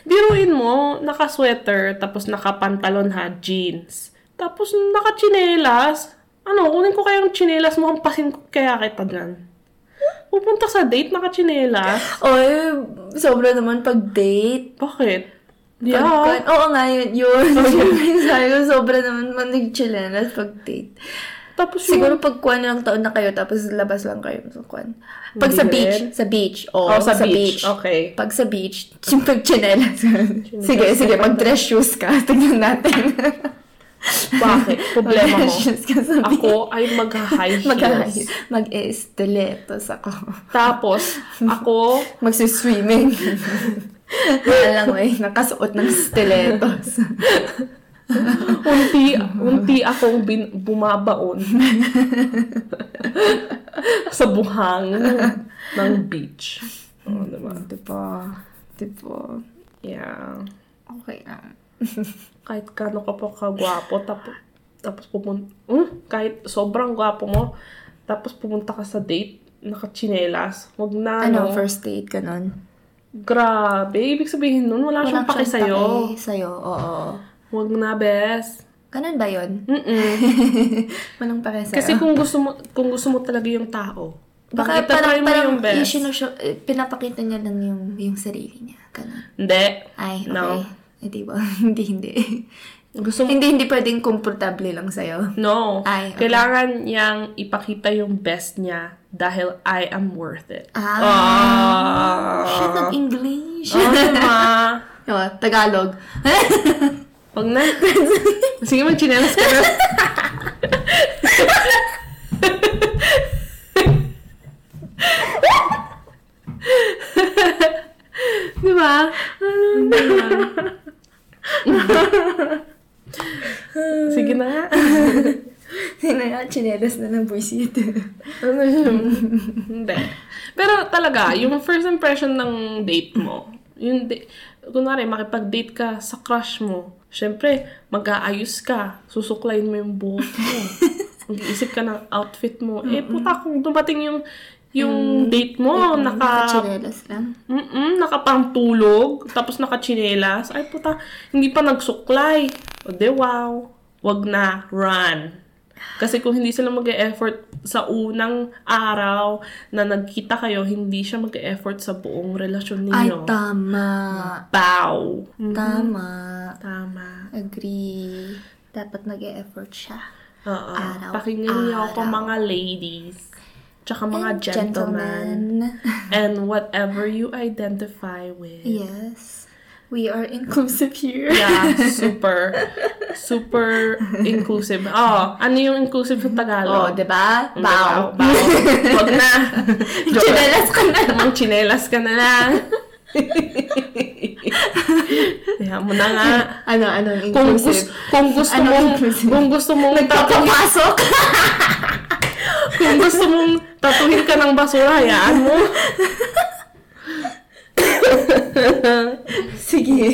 A: Biruin mo, naka-sweater, tapos nakapantalon ha, jeans. Tapos nakachinelas. Ano, kunin ko kayang chinelas mo, hampasin ko kaya kita dyan. Pupunta sa date, nakachinelas.
B: Oy, sobra naman pag-date.
A: Bakit?
B: Pag-
A: Yeah.
B: Oo nga, yun. Yun. Yung Sabi ko, sobra naman man nag-chillanas pag-date.
A: Tapos yung...
B: Siguro pag kuan lang taon na kayo, tapos labas lang kayo sa kuan. Pag sa
A: Hindi
B: beach,
A: rin.
B: sa beach. Oo,
A: Oh, sa, beach. Okay.
B: Pag sa beach, yung pag chinelas ka. sige, sige, pag dress shoes ka, tignan natin.
A: Bakit? Problema
B: Mag-dress
A: mo.
B: shoes ka sa beach.
A: Ako ay mag-high heels.
B: Mag- Mag-estiletos ako.
A: Tapos, ako,
B: Magsiswimming. Wala lang, may nakasuot ng stiletos.
A: unti, unti akong bin, bumabaon sa buhang ng beach. Oh, diba?
B: Diba? Diba?
A: Yeah.
B: Okay um, lang.
A: Kahit kano ka pa kagwapo, tapos, tapos pumunta, mm, kahit sobrang gwapo mo, tapos pumunta ka sa date, nakachinelas, wag na,
B: Ano,
A: ano,
B: first date ka nun?
A: grabe, ibig sabihin nun, wala, siyang pake sa'yo.
B: pake Sa'yo, oo.
A: Wag na, bes.
B: Ganun ba yun?
A: Mm-mm.
B: Walang pake sa'yo?
A: Kasi kung gusto mo kung gusto mo talaga yung tao,
B: Baka
A: itatry
B: parang,
A: mo
B: parang
A: yung best.
B: isinusyo- eh, pinapakita niya lang yung, yung sarili niya. Ganun.
A: Hindi.
B: Ay, okay.
A: No.
B: Eh, di ba? hindi, hindi.
A: Gusto mo
B: hindi, hindi pwedeng komportable lang sa'yo.
A: No.
B: Ay, okay.
A: Kailangan niyang ipakita yung best niya dahil I am worth it.
B: Ah. Shut up, English.
A: Oo, ma.
B: Oh, Tagalog.
A: Huwag na. Sige, mag-chinelas ka na. Di ba? Diba? Sige na.
B: Hinaya, chinelas na ng buisit.
A: Ano yun? Hindi. Pero talaga, yung first impression ng date mo, yung da- kunwari, makipag-date ka sa crush mo, syempre, mag-aayos ka, susuklayin mo yung buhok mo, mag-iisip ka ng outfit mo. Eh, puta, kung dumating yung yung date mo, naka
B: Chinelas lang.
A: Mm-mm, nakapangtulog, tapos nakachinelas. Ay puta, hindi pa nagsuklay. O de wow. Wag na, run. Kasi kung hindi sila mag-e-effort sa unang araw na nagkita kayo, hindi siya mag-e-effort sa buong relasyon
B: Ay,
A: ninyo.
B: tama.
A: Bow. Mm,
B: Tama.
A: Tama.
B: Agree. Dapat nag effort siya.
A: Oo.
B: Araw,
A: Pakinggan niyo ako
B: araw.
A: mga ladies. Tsaka mga
B: And
A: gentlemen.
B: gentlemen.
A: And whatever you identify with.
B: Yes. We are inclusive here.
A: Yeah, super. super inclusive. Oh, ano yung inclusive sa
B: Oh,
A: Tagalog?
B: di ba? Bow.
A: Bao. Huwag na. Joke lang.
B: Chinelas ka na.
A: Mang chinelas ka na lang. Kaya mo na nga.
B: Ano, ano,
A: Kung gusto,
B: inclusive?
A: kung gusto
B: Ano
A: mong,
B: inclusive?
A: kung gusto mong tatuhin,
B: Papapasok!
A: kung gusto mong tatuhin ka ng basura, hayaan mo.
B: Sige.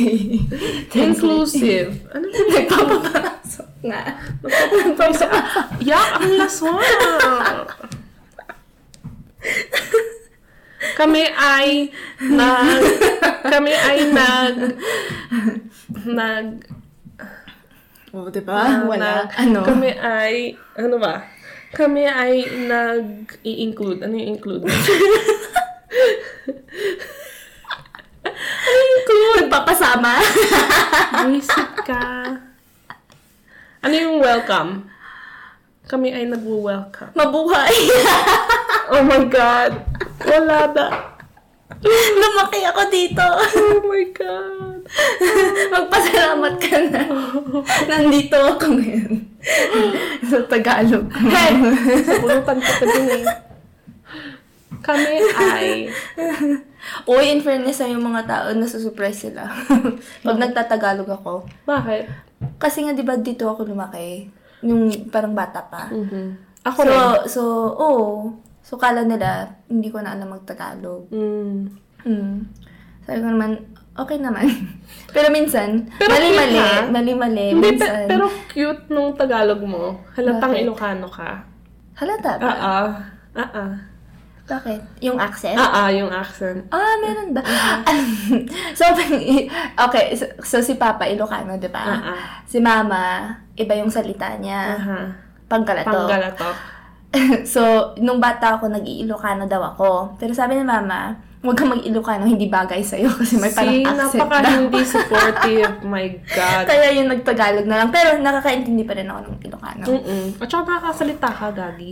A: Inclusive. Ano ba?
B: Nagpapapasok na. Nagpapapasok.
A: Yak, ang laso. kami ay nag kami ay nag nag
B: Oh, di ba? Wala.
A: nag-
B: Ano?
A: Kami ay ano ba? Kami ay nag-i-include. Ano yung include?
B: Include. Nagpapasama.
A: Buisit ka. Ano yung welcome? Kami ay nag-welcome.
B: Mabuhay.
A: Oh my God. Wala na.
B: Lumaki ako dito.
A: Oh my God.
B: Magpasalamat ka na. Nandito ako ngayon. Sa Tagalog.
A: Pulutan ko din eh. Kami ay...
B: Uy, in fairness sa yung mga tao, nasusurprise sila. Pag nagtatagalog ako.
A: Bakit?
B: Kasi nga, di ba, dito ako lumaki. Nung parang bata pa.
A: Mm. Ako
B: Mm-hmm.
A: rin.
B: so, so, oo. So, kala nila, hindi ko na alam magtagalog.
A: Mm.
B: Mm. Sabi ko naman, okay naman. Pero minsan,
A: Pero
B: mali-mali,
A: cute, ha?
B: mali-mali,
A: Hindi, pe-
B: minsan.
A: pero cute nung Tagalog mo. Halatang
B: Bakit?
A: Ilocano ka.
B: Halata ba?
A: Ah-ah. Ah-ah.
B: Bakit? Yung accent?
A: Ah-ah, yung accent.
B: Ah, meron ba? so, okay, so, so si Papa Ilocano, di ba?
A: Ah-ah.
B: Si Mama, iba yung salita niya.
A: Aha.
B: Pangkalato.
A: Panggalatok.
B: so, nung bata ako, nag-iilocano daw ako. Pero sabi ni Mama, huwag kang mag-ilocano, hindi bagay sa'yo kasi may
A: Si,
B: parang accent
A: napaka
B: daw.
A: hindi supportive. My God.
B: Kaya yung nagtagalog na lang. Pero nakakaintindi pa rin ako ng Ilocano.
A: Mm-mm. At saka nakakasalita ka, Gagi.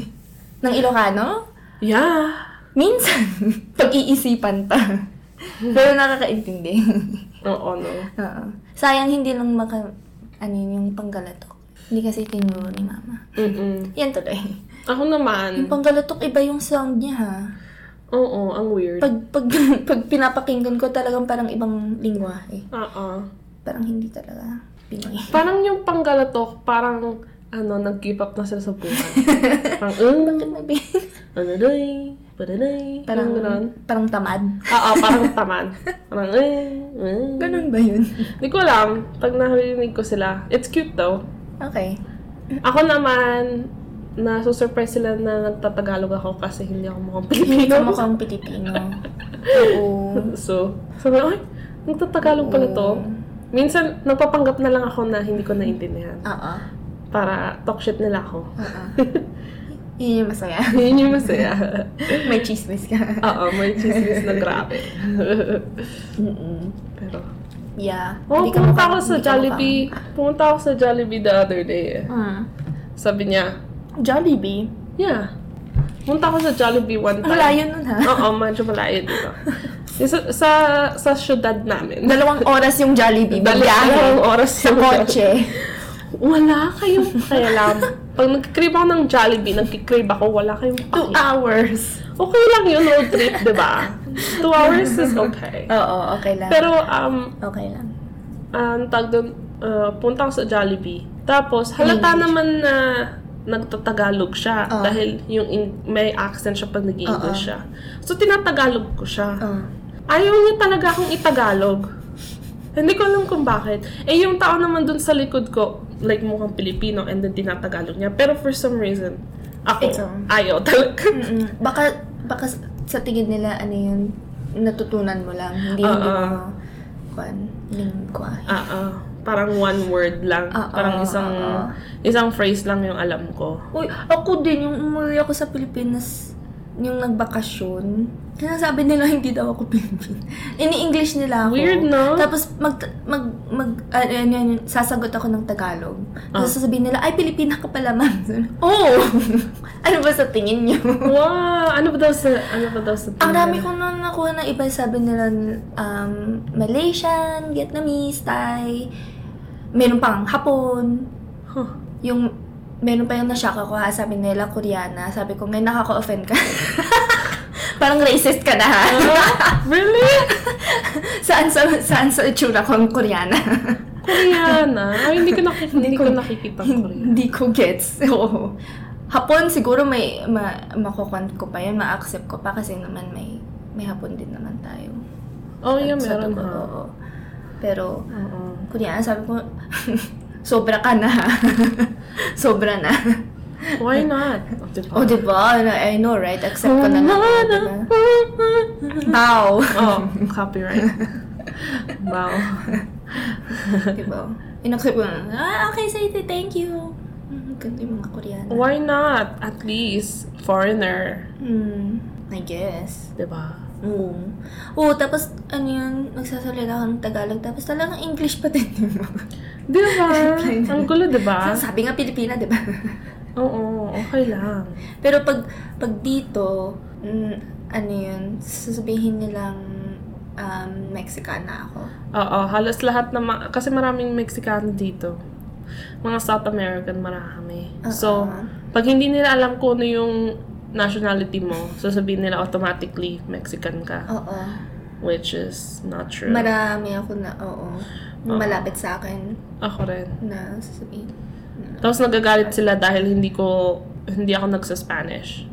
B: Ng Ilocano?
A: Yeah.
B: Minsan, pag-iisipan pa. Pero nakakaintindi.
A: Oo, no.
B: Oo. Sayang hindi lang maka... Ano yun, yung panggalatok. Hindi kasi tinuro ni mama.
A: Mm-mm.
B: Yan tuloy.
A: Ako naman.
B: Yung panggalatok, iba yung sound niya ha.
A: Oo, ang weird.
B: Pag, pag, pag pinapakinggan ko talagang parang ibang lingwahe.
A: Ah-ah.
B: Parang hindi talaga Pinoy.
A: Parang yung panggalatok, parang ano, nag-give up na sila sa buhay. parang,
B: Bakit
A: um,
B: may bin-
A: anaday, paraday, parang
B: parang,
A: gano'n.
B: parang tamad.
A: Oo, parang taman. Parang, eh, eh.
B: Ganun ba yun?
A: Hindi ko alam, pag narinig ko sila, it's cute though.
B: Okay.
A: Ako naman, nasusurprise sila na nagtatagalog ako kasi hindi ako mukhang
B: Hindi ka
A: Pilipino.
B: mukhang Pilipino. Oo.
A: so, sabi ko, ay, nagtatagalog pala to.
B: Oo.
A: Minsan, nagpapanggap na lang ako na hindi ko naintindihan.
B: Oo.
A: Para talk shit nila ako.
B: Oo. Yun yung masaya.
A: Yun yung masaya.
B: May chismis ka.
A: Oo, may chismis na grabe.
B: Mm-mm.
A: Pero,
B: Yeah.
A: oh,
B: Hindi ka
A: pumunta
B: mukhang-
A: ako sa
B: hindi ka
A: Jollibee. Pumunta ako sa Jollibee the other day eh.
B: mukhang- Mm.
A: Sabi niya,
B: Jollibee?
A: yeah. Pumunta ako sa Jollibee one
B: Ang
A: time.
B: layo nun ha.
A: Oo, medyo malayo dito. Yung sa, sa, sa syudad namin.
B: Dalawang oras yung Jollibee. Biyahe.
A: Dalawang oras
B: Sa kotse.
A: Wala kayong pakialam. Pag nagkikrib ako ng Jollibee, nagkikrib ako, wala kayong
B: Two
A: pakialam.
B: hours.
A: Okay lang yun, road trip, di ba? Two hours is okay.
B: Oo, okay lang.
A: Pero, um,
B: okay lang.
A: ang tag doon, uh, punta ako sa Jollibee. Tapos, halata naman na nagtatagalog siya
B: Oo.
A: dahil yung in- may accent siya pag nag-English
B: Oo.
A: siya. So, tinatagalog ko siya.
B: Oh.
A: Ayaw niya talaga akong itagalog. Hindi ko alam kung bakit. Eh, yung tao naman dun sa likod ko, like mukhang Pilipino and then tinatagalog niya. Pero for some reason, ako,
B: Ikaw.
A: ayaw talaga.
B: Mm-mm. Baka, baka s- sa tingin nila, ano yun, natutunan mo lang. Hindi,
A: Oo.
B: hindi mo, kwan, lingkwa.
A: Ah, ah. parang one word lang.
B: Oo,
A: parang isang
B: oo.
A: isang phrase lang yung alam ko.
B: Uy, ako din, yung umuwi ako sa Pilipinas, yung nagbakasyon, sinasabi nila hindi daw ako Pilipin. Ini-English nila ako.
A: Weird, no?
B: Tapos mag, mag, mag, ah, yan, yan, yan, sasagot ako ng Tagalog. Tapos sasabihin nila, ay, Pilipina ka pala, ma'am.
A: Ah. Oh!
B: ano ba sa tingin niyo?
A: wow! Ano ba daw sa, ano ba daw sa
B: Ang dami ko na nakuha na iba sabi nila um, Malaysian, Vietnamese, Thai, meron pang Hapon.
A: Huh.
B: Yung meron pa yung na-shock ako ha, sabi nila Koreana. Sabi ko, ngayon nakaka-offend ka. Parang racist ka na ha.
A: Really?
B: saan, sa, saan sa itsura ko ang Koreana?
A: Koreana? ah. Ay, hindi ko nakikita. hindi ko nakikita ang Koreana.
B: Hindi ko gets. Oo. Hapon siguro may ma, makukuan ko pa yun, ma-accept ko pa kasi naman may may hapon din naman tayo.
A: Oh, yeah,
B: Sa
A: meron
B: dugo,
A: ha.
B: oo. oh. Pero,
A: Oo.
B: Kunyari, sabi ko, sobra ka na. sobra na.
A: Why not? Oh, diba?
B: O, oh, di ba? I know, right? Accept ko na lang. diba? Bow.
A: Oh, copyright. wow.
B: di ba? Inaccept ko na. Ah, okay, say it. Thank you. Mm, Ganito yung mga Koreano.
A: Why not? At least, foreigner.
B: Hmm, I guess.
A: Diba?
B: Oo. Oo, tapos, ano yun, nagsasalita ako ng Tagalog, tapos talagang English pa din. di ba?
A: Diba? Ang gulo, diba?
B: Sabi nga Pilipina, di ba?
A: Oo, okay lang.
B: Pero pag pag dito, mm, ano yun, sasabihin nilang um, Mexican na ako.
A: Oo, halos lahat na, ma- kasi maraming Mexicano dito. Mga South American, marami. So,
B: Oo.
A: pag hindi nila alam kung ano yung nationality mo, sasabihin nila automatically Mexican ka.
B: Oo.
A: Which is not true.
B: Marami ako na, oo. Malapit sa akin
A: ako rin.
B: na sasabihin. na-
A: Tapos nagagalit sila dahil hindi ko, hindi ako nagsa-Spanish.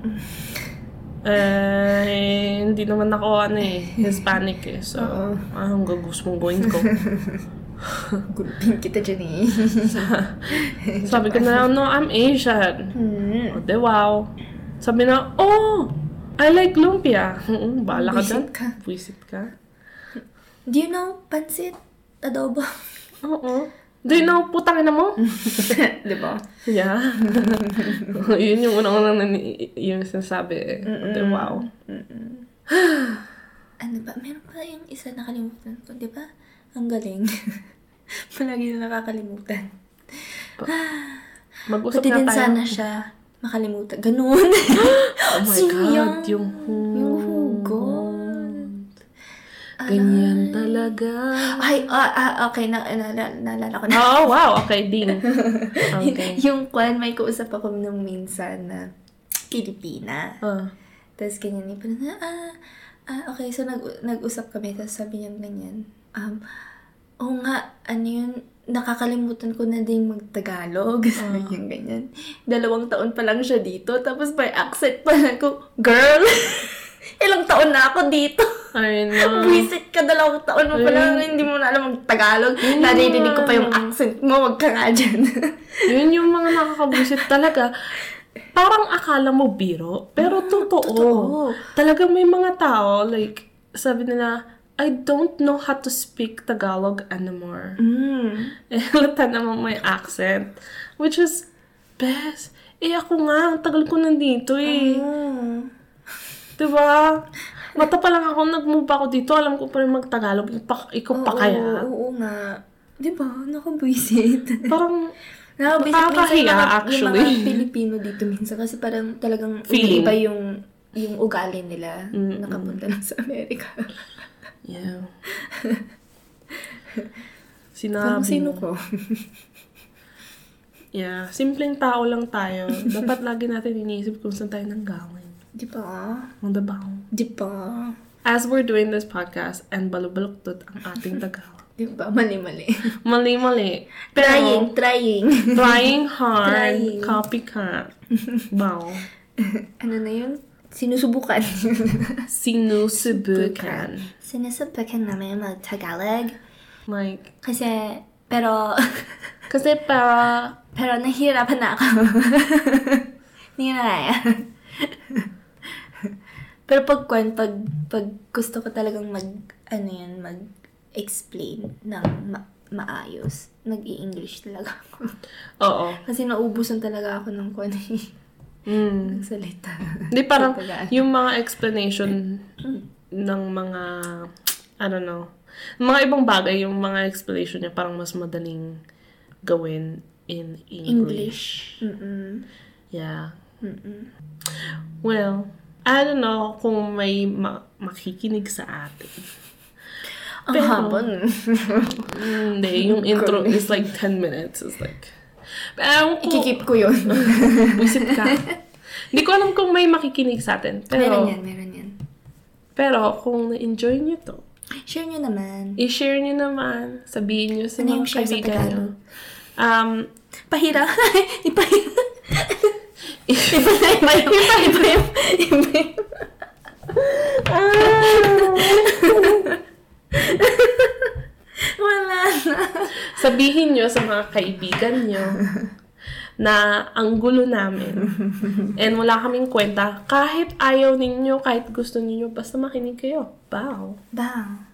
A: Eh, hindi naman ako ano eh, Hispanic eh. So,
B: Oo.
A: anong gagus mong gawin ko?
B: Gulpin "Ah, kita dyan eh.
A: Sabi ko na lang, no, I'm Asian. O,
B: Hmm.
A: de Oh, wow. Sabi na, oh, I like lumpia. Mm, Bala ka dyan.
B: Buisit ka.
A: Buisit ka.
B: Do you know pansit? Adobo?
A: Oo. Do you know, putang ina mo?
B: Di ba?
A: Yeah. yun yung unang-unang nani- yung sinasabi eh. O, de wow.
B: Ano ba? Meron pa yung isa nakalimutan ko, di ba? Ang galing. Palagi na nakakalimutan.
A: Mag-usap
B: Pati
A: na
B: din
A: tayo.
B: sana siya makalimutan. Ganun.
A: Oh my
B: Sino
A: God,
B: yan?
A: yung
B: Yung hugot.
A: Ganyan talaga.
B: Ay, ah, ah, okay, na, na, na, naalala ko na.
A: Oh, wow. Okay, ding. Okay.
B: yung kwan, may kausap ako nung minsan na Pilipina.
A: Ah.
B: Tapos ganyan, yung parang, ah, ah, okay, so nag, nag-usap kami, tapos sabi niya ganyan, um, oo nga, ano yun, nakakalimutan ko na ding magtagalog. Sabi niya ganyan. Dalawang taon pa lang siya dito, tapos by accent pa lang ko, girl, ilang taon na ako dito.
A: I know.
B: Visit ka dalawang taon mo pa lang, hindi mo na alam mag-Tagalog. Naririnig ko pa yung accent mo, wag ka nga dyan.
A: Yun yung mga nakakabusit talaga. Parang akala mo biro, pero totoo.
B: Ah, totoo.
A: Talagang may mga tao, like, sabi nila, I don't know how to speak Tagalog anymore.
B: mm.
A: Eh, halata naman may accent. Which is, best. Eh, ako nga, ang tagal ko nandito eh.
B: Ah.
A: Diba? Mata pa lang ako, nag-move ako dito. Alam ko pa rin mag-Tagalog. Pa, ikaw pa kaya?
B: Oo, oo nga. Diba? Nakabwisit.
A: Parang, Nakakahiya,
B: Nakabwisit-wisit yung, mga- yung
A: actually.
B: mga Pilipino dito minsan kasi parang talagang
A: Feeling.
B: iba yung yung ugali nila
A: Mm,
B: nakapunta lang sa Amerika.
A: yeah.
B: Parang
A: Sinabi
B: sino
A: mo.
B: ko?
A: Yeah. Simpleng tao lang tayo. Dapat lagi natin iniisip kung saan tayo nanggawin.
B: Di ba?
A: Ang dabaw.
B: Di ba?
A: As we're doing this podcast, and balubaluktot ang ating Tagalog.
B: Di ba? Mali-mali.
A: Mali-mali. Pero,
B: trying, trying.
A: Trying hard.
B: Trying.
A: Copycat. Bow.
B: ano na yun? Sinusubukan.
A: Sinusubukan.
B: Sinusubukan namin mag-Tagalog.
A: Like,
B: Kasi, pero,
A: kasi para
B: pero nahihirapan na ako. Hindi ko na kaya. pero pag, kwan, pag, pag gusto ko talagang mag, ano yun, mag-explain ng ma- maayos, nag english talaga ako.
A: Oo.
B: Kasi naubusan talaga ako ng kwan.
A: Mm.
B: Nagsalita.
A: Di parang
B: Tagaan.
A: yung mga explanation ng mga, I don't know, mga ibang bagay, yung mga explanation niya parang mas madaling gawin in English.
B: Mm-mm.
A: Yeah.
B: Mm-mm.
A: Well, I don't know kung may ma- makikinig sa atin.
B: Ang
A: Pero-
B: habon.
A: Hindi, yung intro is like 10 minutes. It's like... Pero kung
B: Ikikip ko yun.
A: buisit ka. Hindi ko alam kung may makikinig sa atin.
B: meron
A: Pero,
B: yan, meron yan.
A: pero kung na-enjoy niyo to,
B: Share nyo naman.
A: I-share nyo naman. Sabihin nyo sa
B: Ano
A: mga
B: yung share sa
A: kaibigan nyo.
B: Tagalog?
A: Um,
B: Pahira. Ipahira. Iba na iba yung iba iba yung iba yung wala na
A: sabihin nyo sa mga kaibigan nyo na ang gulo namin and wala kaming kwenta kahit ayaw ninyo, kahit gusto ninyo, basta makinig kayo. Wow.
B: Bow.